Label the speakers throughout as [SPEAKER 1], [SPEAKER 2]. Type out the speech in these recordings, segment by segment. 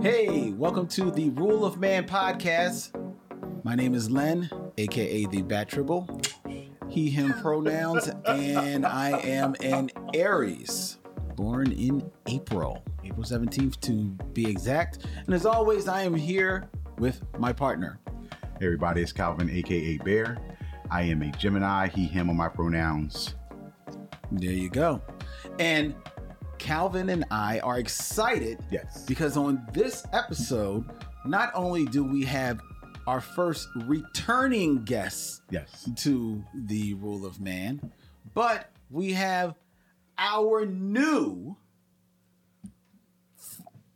[SPEAKER 1] Hey, welcome to the Rule of Man podcast. My name is Len, aka the Bat Tribble, he, him pronouns, and I am an Aries, born in April, April 17th to be exact. And as always, I am here with my partner.
[SPEAKER 2] Hey everybody, it's Calvin, aka Bear. I am a Gemini, he, him on my pronouns.
[SPEAKER 1] There you go. And Calvin and I are excited
[SPEAKER 2] Yes.
[SPEAKER 1] because on this episode, not only do we have our first returning guest
[SPEAKER 2] Yes.
[SPEAKER 1] to the rule of man, but we have our new,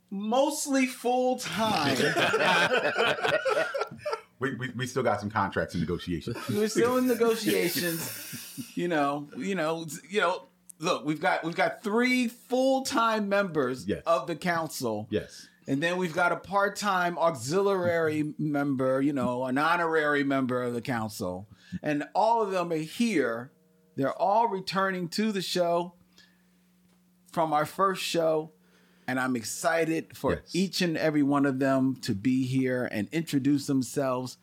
[SPEAKER 1] mostly full time.
[SPEAKER 2] We, we, we still got some contracts in negotiation.
[SPEAKER 1] We're still in negotiations. You know, you know, you know. Look, we've got we've got three full time members
[SPEAKER 2] Yes.
[SPEAKER 1] of the council.
[SPEAKER 2] yes.
[SPEAKER 1] And then we've got a part-time auxiliary member, you know, an honorary member of the council. And all of them are here. They're all returning to the show from our first show. And I'm excited for
[SPEAKER 2] Yes.
[SPEAKER 1] each and every one of them to be here and introduce themselves.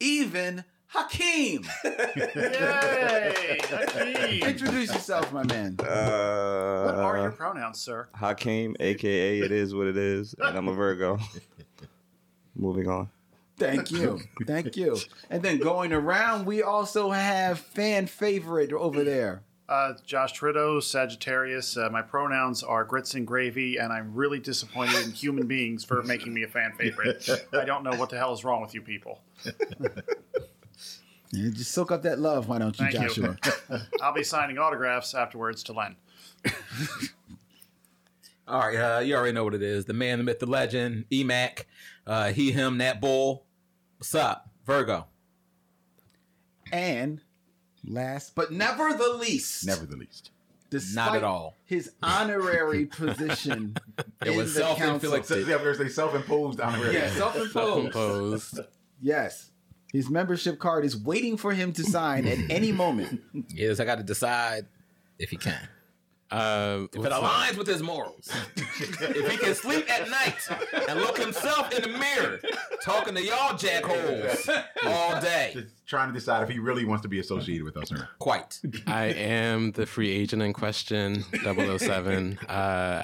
[SPEAKER 1] Even Hakeem.
[SPEAKER 3] Yay! Hakeem.
[SPEAKER 1] introduce yourself, my man.
[SPEAKER 3] What are your
[SPEAKER 4] Uh,
[SPEAKER 3] pronouns, sir?
[SPEAKER 4] Hakeem, aka it is what it is, and I'm a Virgo. Moving on.
[SPEAKER 1] Thank you. Thank you. And then going around, we also have fan favorite over there.
[SPEAKER 3] Uh, Josh Trito, Sagittarius. Uh, my pronouns are grits and gravy, and I'm really disappointed in human beings for making me a fan favorite. I don't know what the hell is wrong with you people.
[SPEAKER 1] Yeah, just soak up that love, why don't you,
[SPEAKER 3] Thank you.
[SPEAKER 1] Joshua?
[SPEAKER 3] I'll be signing autographs afterwards to Len.
[SPEAKER 5] All right, uh, you already know what it is. The man, the myth, the legend, Emac, uh, he, him, that bull. What's up, Virgo?
[SPEAKER 1] and last but never the least,
[SPEAKER 2] Never the least.
[SPEAKER 1] despite
[SPEAKER 5] Not at all.
[SPEAKER 1] his honorary position
[SPEAKER 5] It
[SPEAKER 1] in
[SPEAKER 5] was
[SPEAKER 1] the council.
[SPEAKER 2] So,
[SPEAKER 5] self-inflicted.
[SPEAKER 2] yeah, there's a self imposed honorary.
[SPEAKER 1] Yeah, self-imposed.
[SPEAKER 5] Self-imposed.
[SPEAKER 1] Yes, his membership card is waiting for him to sign at any moment.
[SPEAKER 5] yes, I got to decide if he can.
[SPEAKER 6] Uh,
[SPEAKER 5] If it aligns with his morals. if he can sleep at night and look himself in the mirror, talking to y'all jackholes all day.
[SPEAKER 2] Just trying to decide if he really wants to be associated with us or not.
[SPEAKER 5] Quite.
[SPEAKER 6] I am the free agent in question, 007. uh,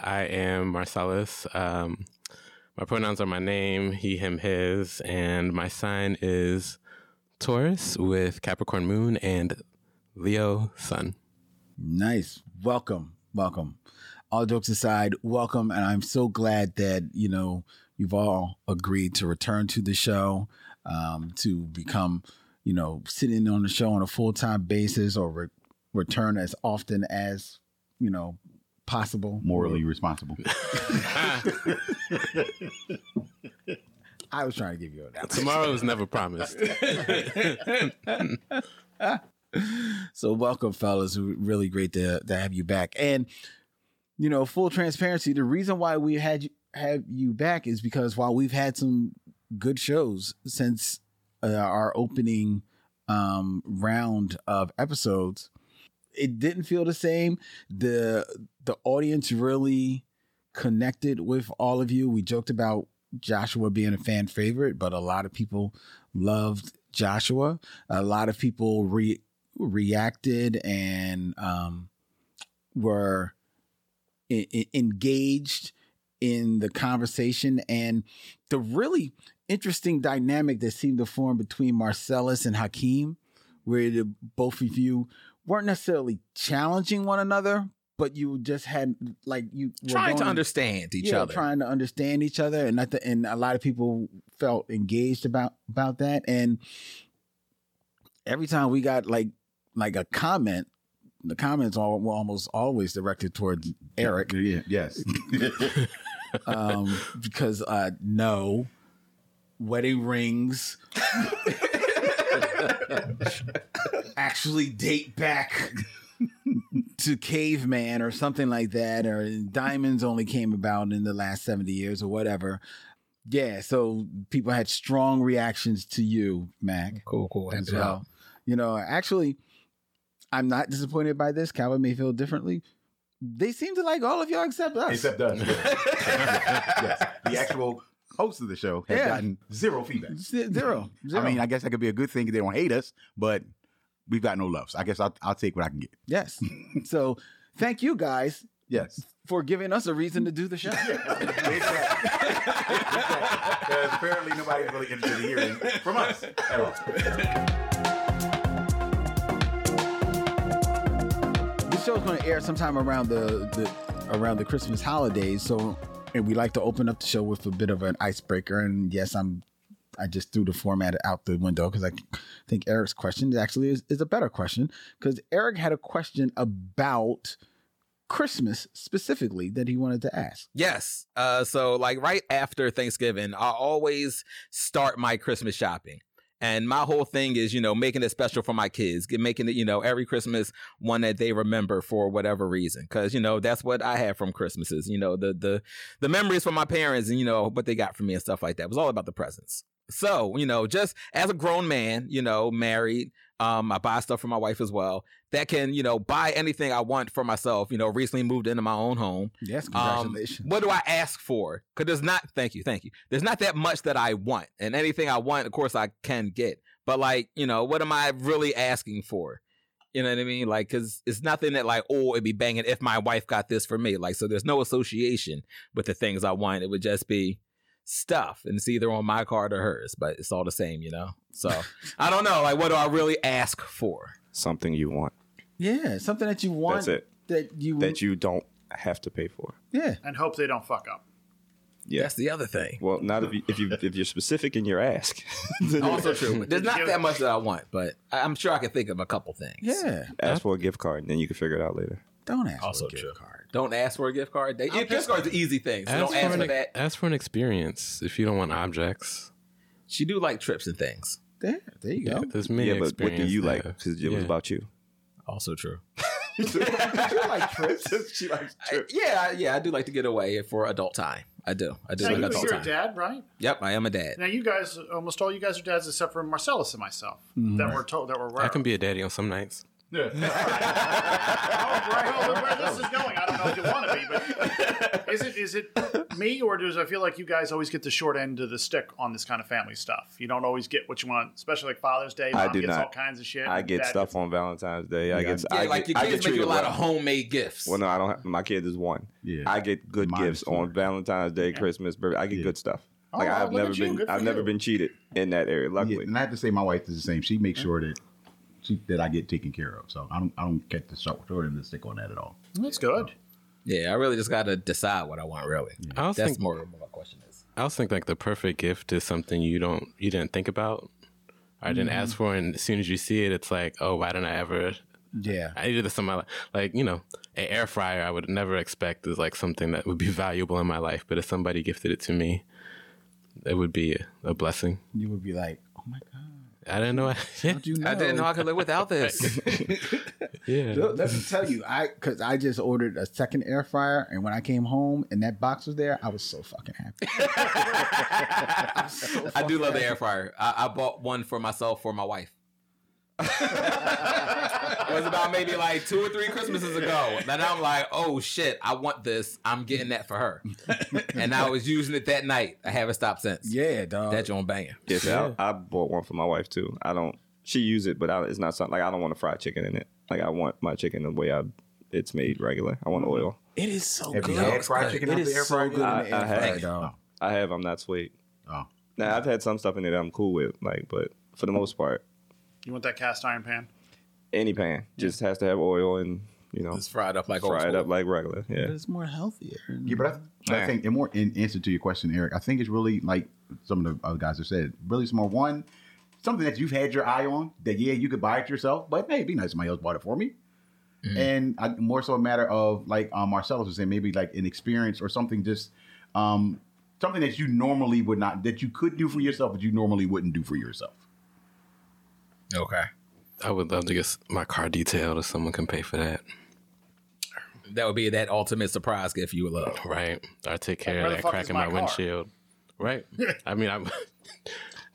[SPEAKER 6] I am Marcellus. Um, my pronouns are my name, he, him, his, and my sign is Taurus with Capricorn Moon and Leo Sun.
[SPEAKER 1] Nice. Welcome. Welcome. All jokes aside, welcome. And I'm so glad that, you know, you've all agreed to return to the show, um, to become, you know, sitting on the show on a full time basis or re- return as often as, you know, possible.
[SPEAKER 2] Morally responsible.
[SPEAKER 1] I was trying to give you that.
[SPEAKER 6] Tomorrow is never promised.
[SPEAKER 1] So welcome, fellas. Really great to, to have you back. And you know, full transparency. The reason why we had you, have you back is because while we've had some good shows since uh, our opening um, round of episodes, it didn't feel the same. the The audience really connected with all of you. We joked about Joshua being a fan favorite, but a lot of people loved Joshua. A lot of people re reacted and um, were e- e- engaged in the conversation and the really interesting dynamic that seemed to form between Marcellus and Hakeem, where the both of you weren't necessarily challenging one another, but you just had like you were
[SPEAKER 5] Trying to
[SPEAKER 1] going-
[SPEAKER 5] understand each
[SPEAKER 1] yeah,
[SPEAKER 5] other.
[SPEAKER 1] trying to understand each other, and I th- and a lot of people felt engaged about about that. And every time we got like like a comment, the comments all, were almost always directed towards Eric
[SPEAKER 2] Yeah, yes.
[SPEAKER 1] um, because uh, no wedding rings actually date back to caveman or something like that or diamonds only came about in the last 70 years or whatever yeah so people had strong reactions to you mac
[SPEAKER 5] Cool, cool.
[SPEAKER 1] as well you know actually i'm not disappointed by this calvin may feel differently They seem to like all of y'all except us.
[SPEAKER 2] Except us. yes. The actual host of the show has
[SPEAKER 1] Yeah.
[SPEAKER 2] gotten zero feedback.
[SPEAKER 1] Z- Zero. Zero.
[SPEAKER 2] I mean, I guess that could be a good thing. They don't hate us, but we've got no love. So I guess I'll, I'll take what I can get.
[SPEAKER 1] yes. so thank you guys
[SPEAKER 2] Yes.
[SPEAKER 1] for giving us a reason to do the show.
[SPEAKER 2] Because apparently nobody's really interested in hearing from us at all.
[SPEAKER 1] The show's going to air sometime around the, the around the Christmas holidays, so and we like to open up the show with a bit of an icebreaker. And yes, I'm I just threw the format out the window because I think Eric's question actually is, is a better question because Eric had a question about Christmas specifically that he wanted to ask.
[SPEAKER 5] Yes. Uh, so, like right after Thanksgiving, I always start my Christmas shopping. And my whole thing is, you know, making it special for my kids, get- making it, you know, every Christmas one that they remember for whatever reason. Cause, you know, that's what I had from Christmases, you know, the, the, the memories from my parents and, you know, what they got for me and stuff like that. It was all about the presents. So, you know, just as a grown man, you know, married, um, I buy stuff for my wife as well that can, you know, buy anything I want for myself. You know, recently moved into my own home.
[SPEAKER 1] Yes,
[SPEAKER 5] Um,
[SPEAKER 1] congratulations.
[SPEAKER 5] what do I ask for? Because there's not, thank you, thank you. There's not that much that I want. And anything I want, of course, I can get. But like, you know, what am I really asking for? You know what I mean? Like, because it's nothing that like, oh, it'd be banging if my wife got this for me. Like, so there's no association with the things I want. It would just be stuff. And it's either on my card or hers, but it's all the same, you know? So I don't know. Like, what do I really ask for?
[SPEAKER 4] Something you want
[SPEAKER 1] yeah, something that you want
[SPEAKER 4] That's it.
[SPEAKER 1] that you
[SPEAKER 4] that you don't have to pay for.
[SPEAKER 1] yeah.
[SPEAKER 3] and hope they don't fuck up.
[SPEAKER 4] Yeah.
[SPEAKER 5] That's the other thing.
[SPEAKER 4] Well, not if you if you if you're specific in your ask.
[SPEAKER 5] Also true. There's not that much that I want, but I- I'm sure I can think of a couple things.
[SPEAKER 1] Yeah,
[SPEAKER 4] ask for a gift card and then you can figure it out later.
[SPEAKER 1] don't ask
[SPEAKER 5] Also
[SPEAKER 1] for a gift
[SPEAKER 5] true.
[SPEAKER 1] card.
[SPEAKER 5] Don't ask for a gift card. They, gift card's an easy thing. So
[SPEAKER 6] Ask
[SPEAKER 5] don't
[SPEAKER 6] for,
[SPEAKER 5] ask for
[SPEAKER 6] an, e-
[SPEAKER 5] that.
[SPEAKER 6] ask for an experience if you don't want objects.
[SPEAKER 5] She do like trips and things.
[SPEAKER 1] There, there you go.
[SPEAKER 6] There's many
[SPEAKER 4] yeah, but what do
[SPEAKER 6] experiences
[SPEAKER 4] you
[SPEAKER 6] to
[SPEAKER 4] like?
[SPEAKER 6] have.
[SPEAKER 4] Because it was
[SPEAKER 6] Yeah.
[SPEAKER 4] about you.
[SPEAKER 5] Also true.
[SPEAKER 1] like trips.
[SPEAKER 4] she likes
[SPEAKER 5] yeah, I- yeah, I do like to get away for adult time. I do. I do
[SPEAKER 3] Now
[SPEAKER 5] like
[SPEAKER 3] you,
[SPEAKER 5] adult
[SPEAKER 3] you're
[SPEAKER 5] time.
[SPEAKER 3] a dad, right?
[SPEAKER 5] Yep, I am a dad.
[SPEAKER 3] Now you guys, almost all you guys are dads except for Marcellus and myself
[SPEAKER 5] Mm-hmm.
[SPEAKER 3] that we're told that we're aware.
[SPEAKER 6] I can be a daddy on some nights.
[SPEAKER 3] of. Right, well, where this is going, I don't know if you want to be, but is it is it me or does I feel like you guys always get the short end of the stick on this kind of family stuff? You don't always get what you want, especially like Father's Day.
[SPEAKER 4] I
[SPEAKER 3] Mom
[SPEAKER 4] do
[SPEAKER 3] gets
[SPEAKER 4] not.
[SPEAKER 3] all kinds of shit.
[SPEAKER 4] I get
[SPEAKER 3] Dad
[SPEAKER 4] stuff on Valentine's Day. I get
[SPEAKER 5] Yeah,
[SPEAKER 4] I
[SPEAKER 5] like
[SPEAKER 4] get,
[SPEAKER 5] your
[SPEAKER 4] I
[SPEAKER 5] kids
[SPEAKER 4] get
[SPEAKER 5] make you a
[SPEAKER 4] treated
[SPEAKER 5] lot
[SPEAKER 4] well.
[SPEAKER 5] of homemade gifts.
[SPEAKER 4] Well, no, I don't. Have, my kid is one.
[SPEAKER 2] Yeah.
[SPEAKER 4] I get good
[SPEAKER 2] Mine
[SPEAKER 4] gifts
[SPEAKER 2] is too.
[SPEAKER 4] on Valentine's Day, Christmas, birthday. I get good stuff. Like
[SPEAKER 3] wow,
[SPEAKER 4] I've
[SPEAKER 3] Oh, look
[SPEAKER 4] never
[SPEAKER 3] at you.
[SPEAKER 4] been,
[SPEAKER 3] Good for
[SPEAKER 4] I've never
[SPEAKER 3] you.
[SPEAKER 4] been cheated in that area.
[SPEAKER 2] Yeah,
[SPEAKER 4] Luckily,
[SPEAKER 2] and I have to say, my wife is the same. She makes sure that she that I get taken care of. So I don't I don't get the short short end of the stick on that at all.
[SPEAKER 3] gets- That's good.
[SPEAKER 5] yeah, I really just got to decide what I want, really.
[SPEAKER 6] I also
[SPEAKER 5] That's
[SPEAKER 6] think
[SPEAKER 5] more of what my question is.
[SPEAKER 6] I also think like the perfect gift is something you don't you didn't think about or didn't ask for, and as soon as you see it, it's like, oh, why didn't I ever?
[SPEAKER 1] Yeah,
[SPEAKER 6] I needed this in my life. Like you know, an air fryer I would never expect is like something that would be valuable in my life, but if somebody gifted it to me, it would be a blessing.
[SPEAKER 1] you would be like, oh my god,
[SPEAKER 6] I didn't know. I,
[SPEAKER 1] how'd you know?
[SPEAKER 5] I didn't know I could live without this.
[SPEAKER 6] yeah.
[SPEAKER 1] Let let me tell you, I because I just ordered a second air fryer, and when I came home and that box was there, I was so fucking happy.
[SPEAKER 5] I do love the air fryer. I, I bought one for myself for my wife. it was about maybe like two or three Christmases ago. Then I'm like, oh shit, I want this. I'm getting that for her. and I was using it that night. I haven't stopped since.
[SPEAKER 1] Yeah, dog.
[SPEAKER 5] That joint banging.
[SPEAKER 4] yes, I- I, bought one for my wife too. I don't. She use it, but I, it's not something like I don't want a fried chicken in it. Like I want my chicken the way I it's made regular. I want oil.
[SPEAKER 1] it is so
[SPEAKER 2] Have you
[SPEAKER 1] good.
[SPEAKER 2] had fried chicken out
[SPEAKER 1] It
[SPEAKER 2] the air
[SPEAKER 1] is so
[SPEAKER 2] fryer?
[SPEAKER 1] good in
[SPEAKER 4] I-
[SPEAKER 1] the
[SPEAKER 4] I
[SPEAKER 1] air
[SPEAKER 4] had-
[SPEAKER 1] fryer, dog.
[SPEAKER 4] I have. I'm not sweet.
[SPEAKER 2] Oh,
[SPEAKER 4] Now I've had some stuff in there that I'm cool with. Like, but for the most part,
[SPEAKER 3] You want that cast iron pan?
[SPEAKER 4] any pan just has to have oil and you know
[SPEAKER 5] It's fried up like old
[SPEAKER 4] fry it
[SPEAKER 5] school.
[SPEAKER 4] up like regular. Yeah.
[SPEAKER 1] It's more healthier.
[SPEAKER 2] yeah, but I, but I think in more in answer to your question, Eric, I think it's really like some of the other guys have said. Really, it's more one something that you've had your eye on. That yeah, you could buy it yourself, but hey, it'd be nice if somebody else bought it for me. And I, more so a matter of like um, Marcellus was saying, maybe like an experience or something just um, something that you normally would not that you could do for yourself, but you normally wouldn't do for yourself.
[SPEAKER 5] Okay.
[SPEAKER 6] I would love to get s- my car detailed if someone can pay for that.
[SPEAKER 5] That would be that ultimate surprise gift you would love.
[SPEAKER 6] Right. I take care
[SPEAKER 3] where
[SPEAKER 6] of
[SPEAKER 3] the
[SPEAKER 6] that
[SPEAKER 3] fuck
[SPEAKER 6] crack
[SPEAKER 3] is
[SPEAKER 6] in
[SPEAKER 3] my
[SPEAKER 6] my,
[SPEAKER 3] car?
[SPEAKER 6] windshield. Right. I mean, I'm.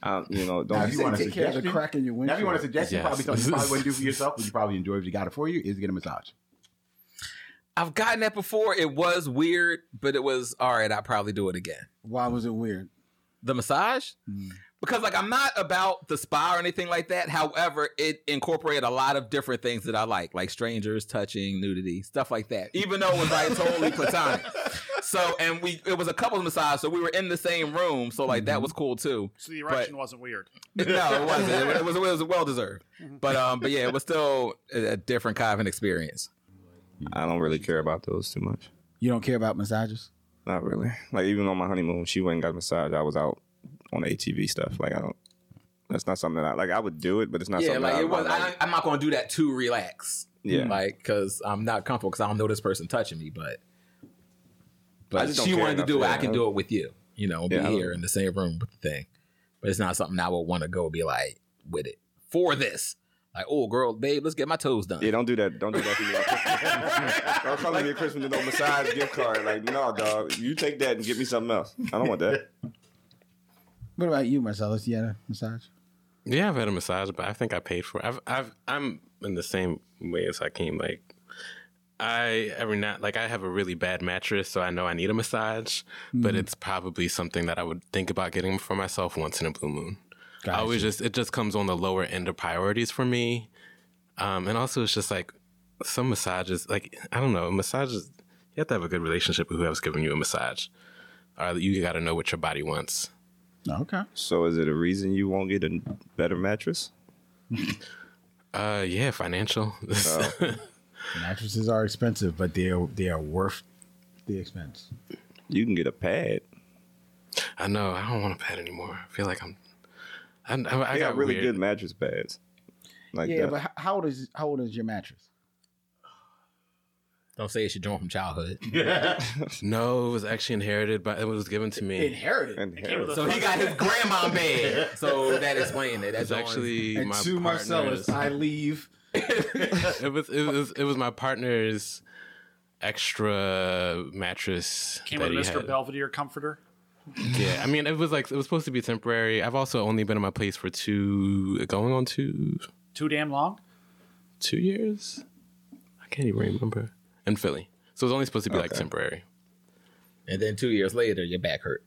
[SPEAKER 4] Um, you
[SPEAKER 2] Now,
[SPEAKER 4] know, don't
[SPEAKER 2] if
[SPEAKER 4] be
[SPEAKER 2] you want a
[SPEAKER 1] Take care of the
[SPEAKER 2] suggestion,
[SPEAKER 1] crack in your
[SPEAKER 2] now,
[SPEAKER 1] windshield.
[SPEAKER 2] if you want a suggestion,
[SPEAKER 6] Yes.
[SPEAKER 2] probably something you probably wouldn't do for yourself, but you probably enjoy if you got it for you, is get a massage.
[SPEAKER 5] I've gotten that before. It was weird, but it was all right. I'll probably do it again.
[SPEAKER 1] Why was it weird?
[SPEAKER 5] The massage?
[SPEAKER 1] Mm.
[SPEAKER 5] Because like I'm not about the spa or anything like that. However, it incorporated a lot of different things that I like, like strangers, touching, nudity, stuff like that. Even though it was like totally platonic. So and we it was a couples massage, so we were in the same room. So like that was cool too.
[SPEAKER 3] So the erection wasn't weird.
[SPEAKER 5] No, it wasn't. It wa- It was, it was well deserved. But um, but yeah, it was still a, a different kind of an experience.
[SPEAKER 4] I don't really care about those too much.
[SPEAKER 1] You don't care about massages?
[SPEAKER 4] Not really. Like even on my honeymoon, she went and got a massage. I was out on ATV stuff. Like I don't. That's not something that I like. I would do it, but it's not
[SPEAKER 5] yeah,
[SPEAKER 4] something
[SPEAKER 5] like
[SPEAKER 4] I,
[SPEAKER 5] it was.
[SPEAKER 4] I,
[SPEAKER 5] I,
[SPEAKER 4] like.
[SPEAKER 5] I'm not gonna do that to relax.
[SPEAKER 4] Yeah.
[SPEAKER 5] like because I'm not comfortable because I don't know this person touching me, but
[SPEAKER 4] I
[SPEAKER 5] but
[SPEAKER 4] just don't
[SPEAKER 5] she
[SPEAKER 4] care
[SPEAKER 5] wanted to
[SPEAKER 4] enough,
[SPEAKER 5] do it.
[SPEAKER 4] yeah.
[SPEAKER 5] I can do it with you. You know,
[SPEAKER 4] Yeah, I
[SPEAKER 5] be
[SPEAKER 4] don't-
[SPEAKER 5] here in the same room with the thing. But it's not something I would want to go be like with it for this. Like, oh, girl, babe, let's get my toes done.
[SPEAKER 4] Yeah, don't do that. Don't do that for me. on Christmas. don't call me a Christmas with no massage gift card. Like, no, dog. You take that and get me something else. I don't want that.
[SPEAKER 1] What about you, Marcellus? You had a massage?
[SPEAKER 6] Yeah, I've had a massage, but I think I paid for it. I've, I've, I'm in the same way as Hakeem. Like, I every night, like, I have a really bad mattress, so I know I need a massage, but it's probably something that I would think about getting for myself once in a blue moon. I always just, it just comes on the lower end of priorities for me. Um, and also, it's just like some massages, like, I don't know, massages, you have to have a good relationship with whoever's giving you a massage, or you got to know what your body wants.
[SPEAKER 1] No, okay.
[SPEAKER 4] So, is it a reason you won't get a better mattress?
[SPEAKER 6] Uh, yeah, financial.
[SPEAKER 4] Uh,
[SPEAKER 1] Mattresses are expensive, but they are they are worth the expense.
[SPEAKER 4] You can get a pad.
[SPEAKER 6] I know. I don't want a pad anymore. I feel like I'm. I, I, I
[SPEAKER 4] I got,
[SPEAKER 6] got
[SPEAKER 4] really
[SPEAKER 6] weird.
[SPEAKER 4] good mattress pads. Like
[SPEAKER 1] Yeah,
[SPEAKER 4] that.
[SPEAKER 1] but h- how old is how old is your mattress?
[SPEAKER 5] Don't say it's your joint from childhood.
[SPEAKER 6] No, it was actually inherited, but it was given to me. It
[SPEAKER 1] Inherited.
[SPEAKER 4] and
[SPEAKER 3] Came with
[SPEAKER 4] hair.
[SPEAKER 3] a
[SPEAKER 5] so he got his grandma bed. So that explained it. That's
[SPEAKER 6] was
[SPEAKER 5] the only-
[SPEAKER 6] actually
[SPEAKER 1] And
[SPEAKER 6] my
[SPEAKER 1] to Marcellus,
[SPEAKER 6] partner's.
[SPEAKER 1] I leave.
[SPEAKER 6] It was, it was it was my partner's extra mattress
[SPEAKER 3] Came
[SPEAKER 6] that
[SPEAKER 3] with a
[SPEAKER 6] he
[SPEAKER 3] Mr.
[SPEAKER 6] had.
[SPEAKER 3] Belvedere comforter.
[SPEAKER 6] Yeah, I mean, it was like it was supposed to be temporary. I've also only been in my place for two, going on two,
[SPEAKER 3] Too damn long.
[SPEAKER 6] two years. I can't even remember. In Philly, so it was only supposed to be like temporary.
[SPEAKER 5] And then two years later, your back hurt.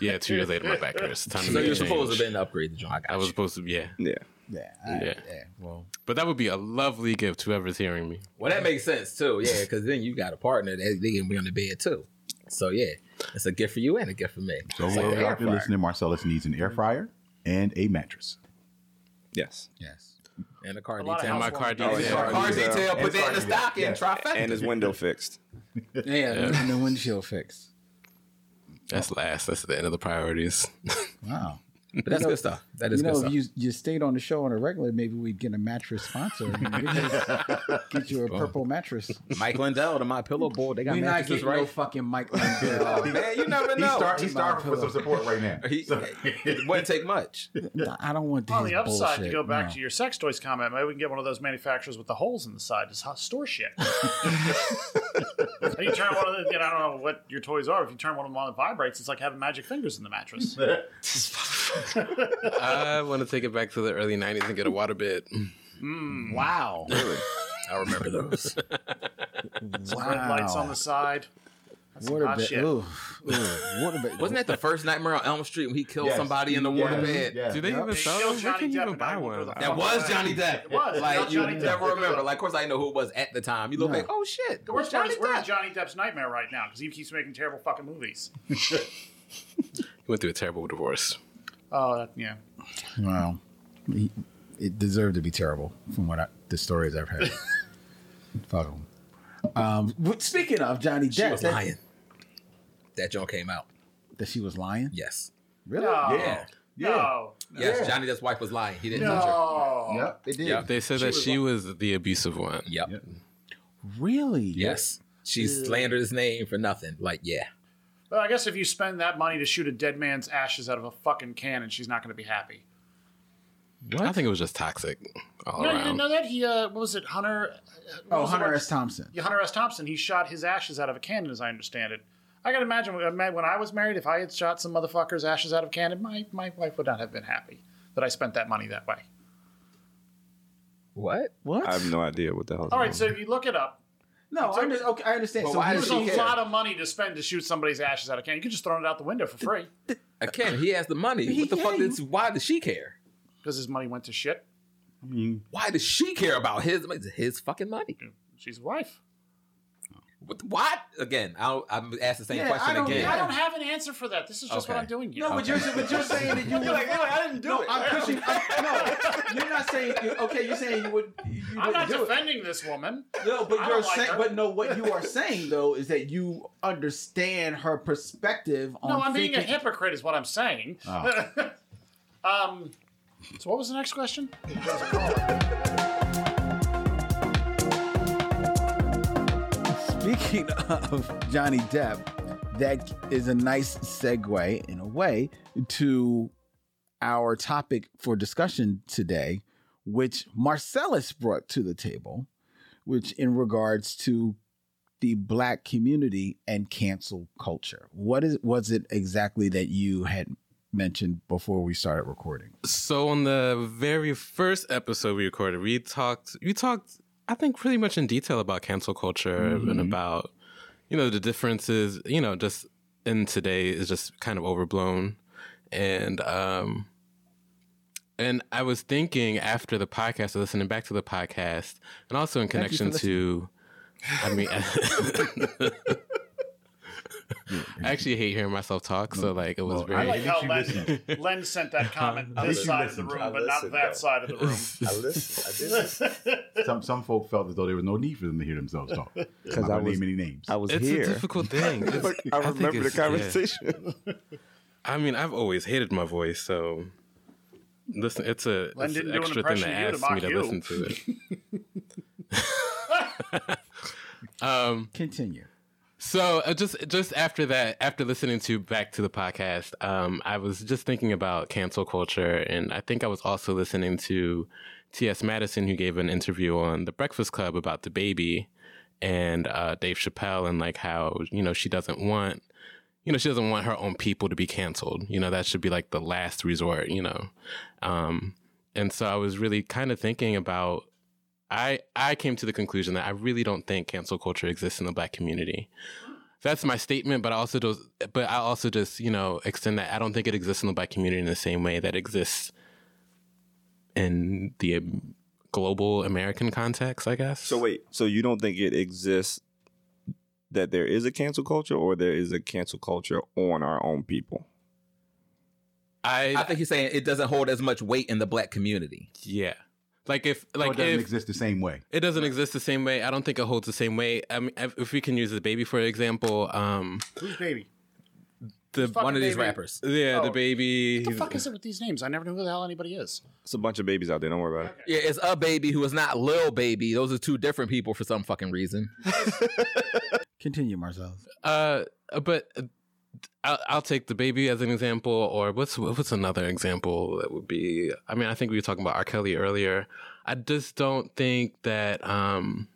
[SPEAKER 6] Yeah, two years later, my back hurts. Time to
[SPEAKER 5] So
[SPEAKER 6] make
[SPEAKER 5] you're
[SPEAKER 6] a
[SPEAKER 5] supposed to
[SPEAKER 6] change.
[SPEAKER 5] have been upgraded, John. I got
[SPEAKER 6] I was
[SPEAKER 5] you.
[SPEAKER 6] supposed to, yeah.
[SPEAKER 4] Yeah.
[SPEAKER 1] Yeah, I-
[SPEAKER 6] Yeah.
[SPEAKER 1] yeah. Well,
[SPEAKER 6] But that would be a lovely gift to whoever's hearing me.
[SPEAKER 5] Well, that makes sense too. Yeah, because then you got a partner that they can be on the bed too. So yeah, it's a gift for you and a gift for me.
[SPEAKER 2] So
[SPEAKER 5] It's like
[SPEAKER 2] whoever
[SPEAKER 5] the air
[SPEAKER 2] out there
[SPEAKER 5] fryer.
[SPEAKER 2] listening, Marcellus needs an air
[SPEAKER 1] Mm-hmm.
[SPEAKER 2] fryer and a mattress.
[SPEAKER 4] Yes.
[SPEAKER 1] yes.
[SPEAKER 5] and a car
[SPEAKER 3] lot of
[SPEAKER 5] detail.
[SPEAKER 6] My
[SPEAKER 3] house-
[SPEAKER 6] car
[SPEAKER 3] Oh,
[SPEAKER 6] detail.
[SPEAKER 4] yeah.
[SPEAKER 5] car
[SPEAKER 4] Yeah.
[SPEAKER 5] detail. Put
[SPEAKER 4] And
[SPEAKER 5] that in the
[SPEAKER 4] car-
[SPEAKER 5] stock and trifecta.
[SPEAKER 4] And his window fixed.
[SPEAKER 1] Yeah, and the windshield fix.
[SPEAKER 6] That's last. That's the end of the priorities.
[SPEAKER 1] Wow.
[SPEAKER 5] But that's good stuff. That is
[SPEAKER 1] you know,
[SPEAKER 5] good
[SPEAKER 1] if
[SPEAKER 5] stuff.
[SPEAKER 1] you you stayed on the show on a regular, maybe we'd get a mattress sponsor. and we could get you a purple mattress.
[SPEAKER 5] Mike Lindell to my pillow boy. They got
[SPEAKER 1] We not
[SPEAKER 5] mattresses
[SPEAKER 1] getting no
[SPEAKER 5] right.
[SPEAKER 1] fucking Mike Lindell.
[SPEAKER 5] Man, you never
[SPEAKER 2] He's
[SPEAKER 5] know.
[SPEAKER 2] start, he's
[SPEAKER 1] my
[SPEAKER 2] starving for
[SPEAKER 1] pillow.
[SPEAKER 2] some support right now.
[SPEAKER 5] He-
[SPEAKER 2] So-
[SPEAKER 5] it wouldn't take much.
[SPEAKER 1] Nah, I don't want this
[SPEAKER 3] On the upside,
[SPEAKER 1] bullshit.
[SPEAKER 3] to go back
[SPEAKER 1] No.
[SPEAKER 3] to your sex toys comment, maybe we can get one of those manufacturers with the holes in the side to s- store shit. you turn one of the, you know, I don't know what your toys are. If you turn one of them on that vibrates, it's like having magic fingers in the mattress.
[SPEAKER 6] I want to take it back to the early '90s and get a waterbed.
[SPEAKER 3] Hmm.
[SPEAKER 1] Wow.
[SPEAKER 5] I remember those.
[SPEAKER 3] Red lights on the side. That's some
[SPEAKER 1] What a
[SPEAKER 3] hot
[SPEAKER 1] bit.
[SPEAKER 3] shit.
[SPEAKER 1] Ooh, ooh, what a bit.
[SPEAKER 5] Wasn't that the first Nightmare on Elm Street when he killed
[SPEAKER 2] Yes.
[SPEAKER 5] somebody in the
[SPEAKER 2] Yes.
[SPEAKER 5] water bed?
[SPEAKER 2] Yeah.
[SPEAKER 6] Do they even
[SPEAKER 3] They
[SPEAKER 6] sell
[SPEAKER 3] killed
[SPEAKER 6] those? Where
[SPEAKER 3] Johnny
[SPEAKER 6] can you
[SPEAKER 3] Depp
[SPEAKER 6] even
[SPEAKER 3] and
[SPEAKER 6] buy
[SPEAKER 3] I went
[SPEAKER 6] one?
[SPEAKER 3] to the
[SPEAKER 5] That was Johnny Depp.
[SPEAKER 3] It was.
[SPEAKER 5] Like you
[SPEAKER 3] Johnny Depp.
[SPEAKER 5] never remember. Like, of course, I didn't know who it was at the time. You look like, oh shit,
[SPEAKER 3] The worst part
[SPEAKER 5] Johnny
[SPEAKER 3] is we're in
[SPEAKER 5] Depp.
[SPEAKER 3] Johnny Depp's nightmare right now because he keeps making terrible fucking movies.
[SPEAKER 6] He went through a terrible divorce.
[SPEAKER 3] Oh, that, yeah.
[SPEAKER 1] Wow. He- It deserved to be terrible from what I, the stories I've heard. Fuck him. Um, but speaking of Johnny Depp,
[SPEAKER 5] She was
[SPEAKER 1] that,
[SPEAKER 5] lying. That joint came out.
[SPEAKER 1] that she was lying.
[SPEAKER 5] Yes.
[SPEAKER 1] Really?
[SPEAKER 3] No.
[SPEAKER 1] Oh,
[SPEAKER 5] Yeah.
[SPEAKER 3] No.
[SPEAKER 5] Yes, Johnny Depp's wife was lying. He didn't touch her.
[SPEAKER 3] No.
[SPEAKER 2] Yep, it did.
[SPEAKER 5] Yep.
[SPEAKER 6] They said that she was the abusive one.
[SPEAKER 5] Yep.
[SPEAKER 2] Yep.
[SPEAKER 1] Really?
[SPEAKER 5] Yes. She slandered his name for nothing. Like, yeah.
[SPEAKER 3] Well, I guess if you spend that money to shoot a dead man's ashes out of a fucking cannon, she's not going to be happy.
[SPEAKER 6] I think it was just toxic all
[SPEAKER 3] No, you didn't
[SPEAKER 6] around.
[SPEAKER 3] know that he uh, what was it, Hunter? what
[SPEAKER 1] Oh,
[SPEAKER 3] was the
[SPEAKER 1] Hunter
[SPEAKER 3] one-
[SPEAKER 1] S. Thompson.
[SPEAKER 3] Yeah, Hunter S. Thompson. He shot his ashes out of a cannon, as I understand it. I can imagine when when I was married, if I had shot some motherfucker's ashes out of a cannon, my my wife would not have been happy that I spent that money that way.
[SPEAKER 5] What?
[SPEAKER 1] What?
[SPEAKER 4] I have no idea what the hell.
[SPEAKER 3] All right, so if you look it up,
[SPEAKER 1] No, I, under, okay, I understand.
[SPEAKER 2] But
[SPEAKER 1] so
[SPEAKER 2] why
[SPEAKER 1] he
[SPEAKER 2] does
[SPEAKER 3] There's
[SPEAKER 1] was
[SPEAKER 3] a
[SPEAKER 2] she care?
[SPEAKER 3] lot of money to spend to shoot somebody's ashes out of a can. You could just throw it out the window for free
[SPEAKER 5] Again, he has the money.
[SPEAKER 1] He-
[SPEAKER 5] what the fuck?
[SPEAKER 1] yeah,
[SPEAKER 5] Is, why does she care?
[SPEAKER 3] because his money went to shit.
[SPEAKER 2] I mean,
[SPEAKER 5] Why does she care about his it's his fucking money?
[SPEAKER 3] She's a wife.
[SPEAKER 5] What? what? Again, I'll, I'm asked the same
[SPEAKER 1] Yeah, I
[SPEAKER 5] question
[SPEAKER 1] don't-
[SPEAKER 5] again.
[SPEAKER 1] Yeah.
[SPEAKER 3] I don't have an answer for that. This is just
[SPEAKER 5] Okay.
[SPEAKER 3] what I'm doing here.
[SPEAKER 1] no, but you're, but you're saying that you would.
[SPEAKER 5] I didn't do
[SPEAKER 1] no, I'm pushing. I'm, no, you're not saying. you okay, you're saying you would. You
[SPEAKER 3] I'm
[SPEAKER 1] wouldn't
[SPEAKER 3] not
[SPEAKER 1] do it.
[SPEAKER 3] defending this woman.
[SPEAKER 1] No, but
[SPEAKER 3] I
[SPEAKER 1] you're
[SPEAKER 3] don't like
[SPEAKER 1] saying,
[SPEAKER 3] her.
[SPEAKER 1] but no, what you are saying though is that you understand her perspective on.
[SPEAKER 3] No, I'm being a
[SPEAKER 1] thinking-
[SPEAKER 3] hypocrite, is what I'm saying.
[SPEAKER 2] uh,
[SPEAKER 3] um, so, what was the next question?
[SPEAKER 1] Speaking of Johnny Depp, that is a nice segue in a way to our topic for discussion today, which Marcellus brought to the table, which in regards to the black community and cancel culture. What is was it exactly that you had mentioned before we started recording?
[SPEAKER 6] So on the very first episode we recorded, we talked we talked I think pretty much in detail about cancel culture and about you know the differences, you know, just in today is just kind of overblown. And um and I was thinking after the podcast, listening back to the podcast, and also in
[SPEAKER 1] Thank you for
[SPEAKER 6] connection to I mean I actually hate hearing myself talk, so like it
[SPEAKER 2] well,
[SPEAKER 6] was
[SPEAKER 2] I
[SPEAKER 6] very
[SPEAKER 3] I like
[SPEAKER 2] At least
[SPEAKER 3] how
[SPEAKER 2] you
[SPEAKER 3] Len, Len sent that comment
[SPEAKER 2] At
[SPEAKER 3] this
[SPEAKER 2] least you
[SPEAKER 3] side
[SPEAKER 2] listened.
[SPEAKER 3] of the
[SPEAKER 4] I
[SPEAKER 3] room, but not
[SPEAKER 4] listened,
[SPEAKER 3] that
[SPEAKER 4] though.
[SPEAKER 3] side of the room.
[SPEAKER 4] I listened. I did.
[SPEAKER 2] some some folk felt as though there was no need for them to hear themselves talk. Because
[SPEAKER 4] I was-
[SPEAKER 2] name any names.
[SPEAKER 4] I was
[SPEAKER 6] it's
[SPEAKER 4] here.
[SPEAKER 6] a difficult thing. It's-
[SPEAKER 4] I
[SPEAKER 6] think
[SPEAKER 4] remember the
[SPEAKER 6] it's- yeah.
[SPEAKER 4] conversation.
[SPEAKER 6] I mean, I've always hated my voice, so listen, it's a
[SPEAKER 3] Len
[SPEAKER 6] it's
[SPEAKER 3] didn't do
[SPEAKER 6] an
[SPEAKER 3] an
[SPEAKER 6] extra thing
[SPEAKER 3] impression
[SPEAKER 6] to
[SPEAKER 3] of you to
[SPEAKER 6] ask
[SPEAKER 3] mock
[SPEAKER 6] me to
[SPEAKER 3] you.
[SPEAKER 6] listen to it. um,
[SPEAKER 1] Continue.
[SPEAKER 6] so uh, just just after that, after listening to back to the podcast, um, I was just thinking about cancel culture, and I think I was also listening to T.S. Madison, who gave an interview on The Breakfast Club about the baby and uh, Dave Chappelle, and like how you know she doesn't want you know, she doesn't want her own people to be canceled. You know, that should be like the last resort, you know. Um, and so I was really kind of thinking about I I came to the conclusion that I really don't think cancel culture exists in the black community. That's my statement, but I also do, but I also just, you know, extend that I don't think it exists in the black community in the same way that exists in the um, global American context, I guess.
[SPEAKER 4] So wait, so you don't think it exists that there is a cancel culture or there is a cancel culture on our own people?
[SPEAKER 6] I,
[SPEAKER 5] I think he's saying it doesn't hold as much weight in the black community.
[SPEAKER 6] yeah. Like if
[SPEAKER 2] So
[SPEAKER 6] like
[SPEAKER 2] Oh, it doesn't
[SPEAKER 6] if
[SPEAKER 2] exist the same way.
[SPEAKER 6] It doesn't exist the same way. I don't think it holds the same way. I mean, if if we can use the baby for example, um,
[SPEAKER 3] Who's baby?
[SPEAKER 6] the
[SPEAKER 3] Fucking
[SPEAKER 5] One of these
[SPEAKER 3] baby.
[SPEAKER 5] rappers.
[SPEAKER 6] yeah,
[SPEAKER 3] Oh.
[SPEAKER 6] the baby.
[SPEAKER 3] What the fuck is it with these names? I never knew who the hell anybody is.
[SPEAKER 4] It's a bunch of babies out there. Don't worry about it.
[SPEAKER 5] Yeah, it's a baby who is not Lil Baby. Those are two different people for some fucking reason.
[SPEAKER 1] Continue, Marcellus.
[SPEAKER 6] Uh, but uh, I'll, I'll take the baby as an example, or what's what's another example that would be? I mean, I think we were talking about R. Kelly earlier. I just don't think that um,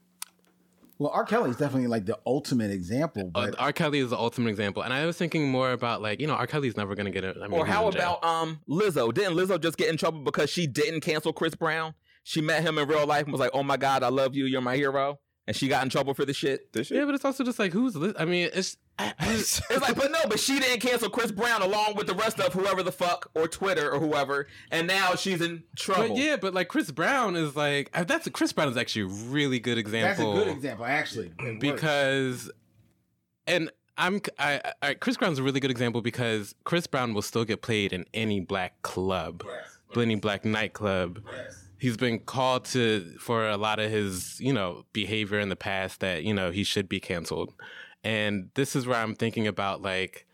[SPEAKER 1] Well, R. Kelly is definitely like the ultimate example,
[SPEAKER 6] uh,
[SPEAKER 1] but
[SPEAKER 6] R. Kelly is the ultimate example. And I was thinking more about like you know, R. Kelly's never gonna get it. I mean,
[SPEAKER 5] Or
[SPEAKER 6] he's
[SPEAKER 5] how
[SPEAKER 6] in jail.
[SPEAKER 5] about um Lizzo? Didn't Lizzo just get in trouble because she didn't cancel Chris Brown? She met him in real life and was like, "Oh my God, I love you. You're my hero." And she got in trouble for this shit.
[SPEAKER 4] This
[SPEAKER 6] Yeah,
[SPEAKER 4] shit.
[SPEAKER 6] but it's also just like who's. Li- I mean, it's. I, I just,
[SPEAKER 5] It's like, but no, but she didn't cancel Chris Brown along with the rest of whoever the fuck or Twitter or whoever, and now she's in trouble.
[SPEAKER 6] But yeah, but like Chris Brown is like uh, that's Chris Brown is actually a really good
[SPEAKER 1] that's a
[SPEAKER 6] example.
[SPEAKER 1] good example, actually. It works.
[SPEAKER 6] because, and I'm I, I Chris Brown's a really good example because Chris Brown will still get played in any black club, any black nightclub. He's been called to for a lot of his you know behavior in the past that you know he should be canceled, and this is where I'm thinking about like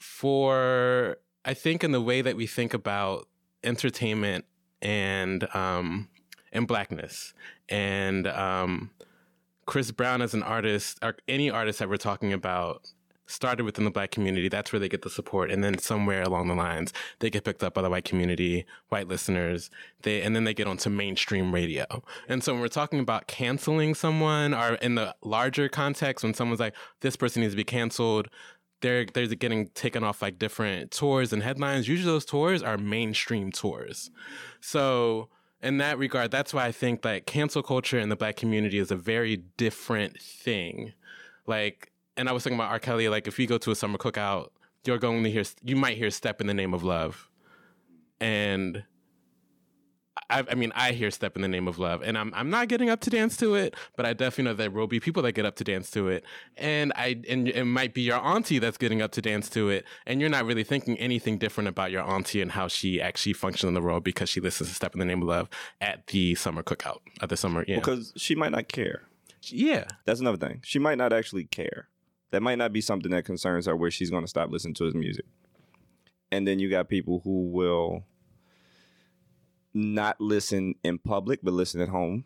[SPEAKER 6] for I think in the way that we think about entertainment and um and blackness and um Chris Brown as an artist or any artist that we're talking about started within the black community that's where they get the support and then somewhere along the lines they get picked up by the white community white listeners they and then they get onto mainstream radio and so when we're talking about canceling someone or in the larger context when someone's like this person needs to be canceled they're they're getting taken off like different tours and headlines. Usually those tours are mainstream tours. So in that regard, that's why I think that cancel culture in the black community is a very different thing. Like, and I was thinking about R. Kelly, like, if you go to a summer cookout, you're going to hear, you might hear Step in the Name of Love. And I, I mean, I hear Step in the Name of Love, and I'm, I'm not getting up to dance to it, but I definitely know that there will be people that get up to dance to it. And I, and it might be your auntie that's getting up to dance to it, and you're not really thinking anything different about your auntie and how she actually functions in the world because she listens to Step in the Name of Love at the summer cookout, at the summer, yeah.
[SPEAKER 4] because she might not care.
[SPEAKER 6] yeah.
[SPEAKER 4] That's another thing. She might not actually care. That might not be something that concerns her where she's going to stop listening to his music. And then you got people who will not listen in public but listen at home.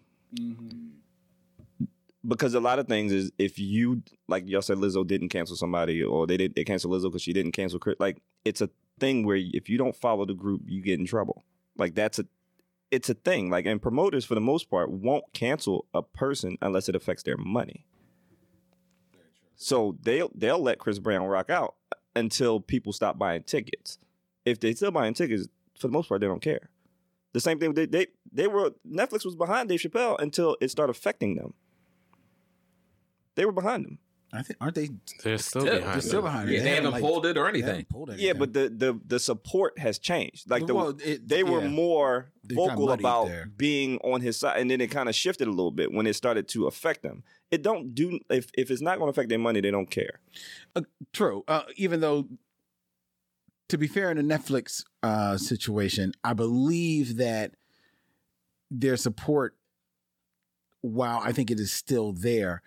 [SPEAKER 4] Because a lot of things is if you like y'all said Lizzo didn't cancel somebody or they did they cancel Lizzo because she didn't cancel Chris. Like it's a thing where if you don't follow the group, you get in trouble. Like that's a it's a thing. Like and promoters for the most part won't cancel a person unless it affects their money. So they'll they'll let Chris Brown rock out until people stop buying tickets. If they still buying tickets, for the most part, they don't care. The same thing they they, they were Netflix was behind Dave Chappelle until it started affecting them. They were behind him.
[SPEAKER 1] I think aren't they?
[SPEAKER 6] They're still,
[SPEAKER 5] Still-
[SPEAKER 6] behind.
[SPEAKER 1] They're still
[SPEAKER 6] it.
[SPEAKER 1] behind.
[SPEAKER 5] Yeah, they, haven't pulled it or anything.
[SPEAKER 4] Yeah, but the the the support has changed. Like the
[SPEAKER 1] Well, it-
[SPEAKER 4] they were
[SPEAKER 1] yeah.
[SPEAKER 4] more
[SPEAKER 1] They got
[SPEAKER 4] vocal
[SPEAKER 1] muddied
[SPEAKER 4] about
[SPEAKER 1] there.
[SPEAKER 4] being on his side, and then it kind of shifted a little bit when it started to affect them. It don't do if if it's not going to affect their money, they don't care.
[SPEAKER 1] True. Uh, even though, to be fair, in the Netflix uh, situation, I believe that their support, while I think it is still there,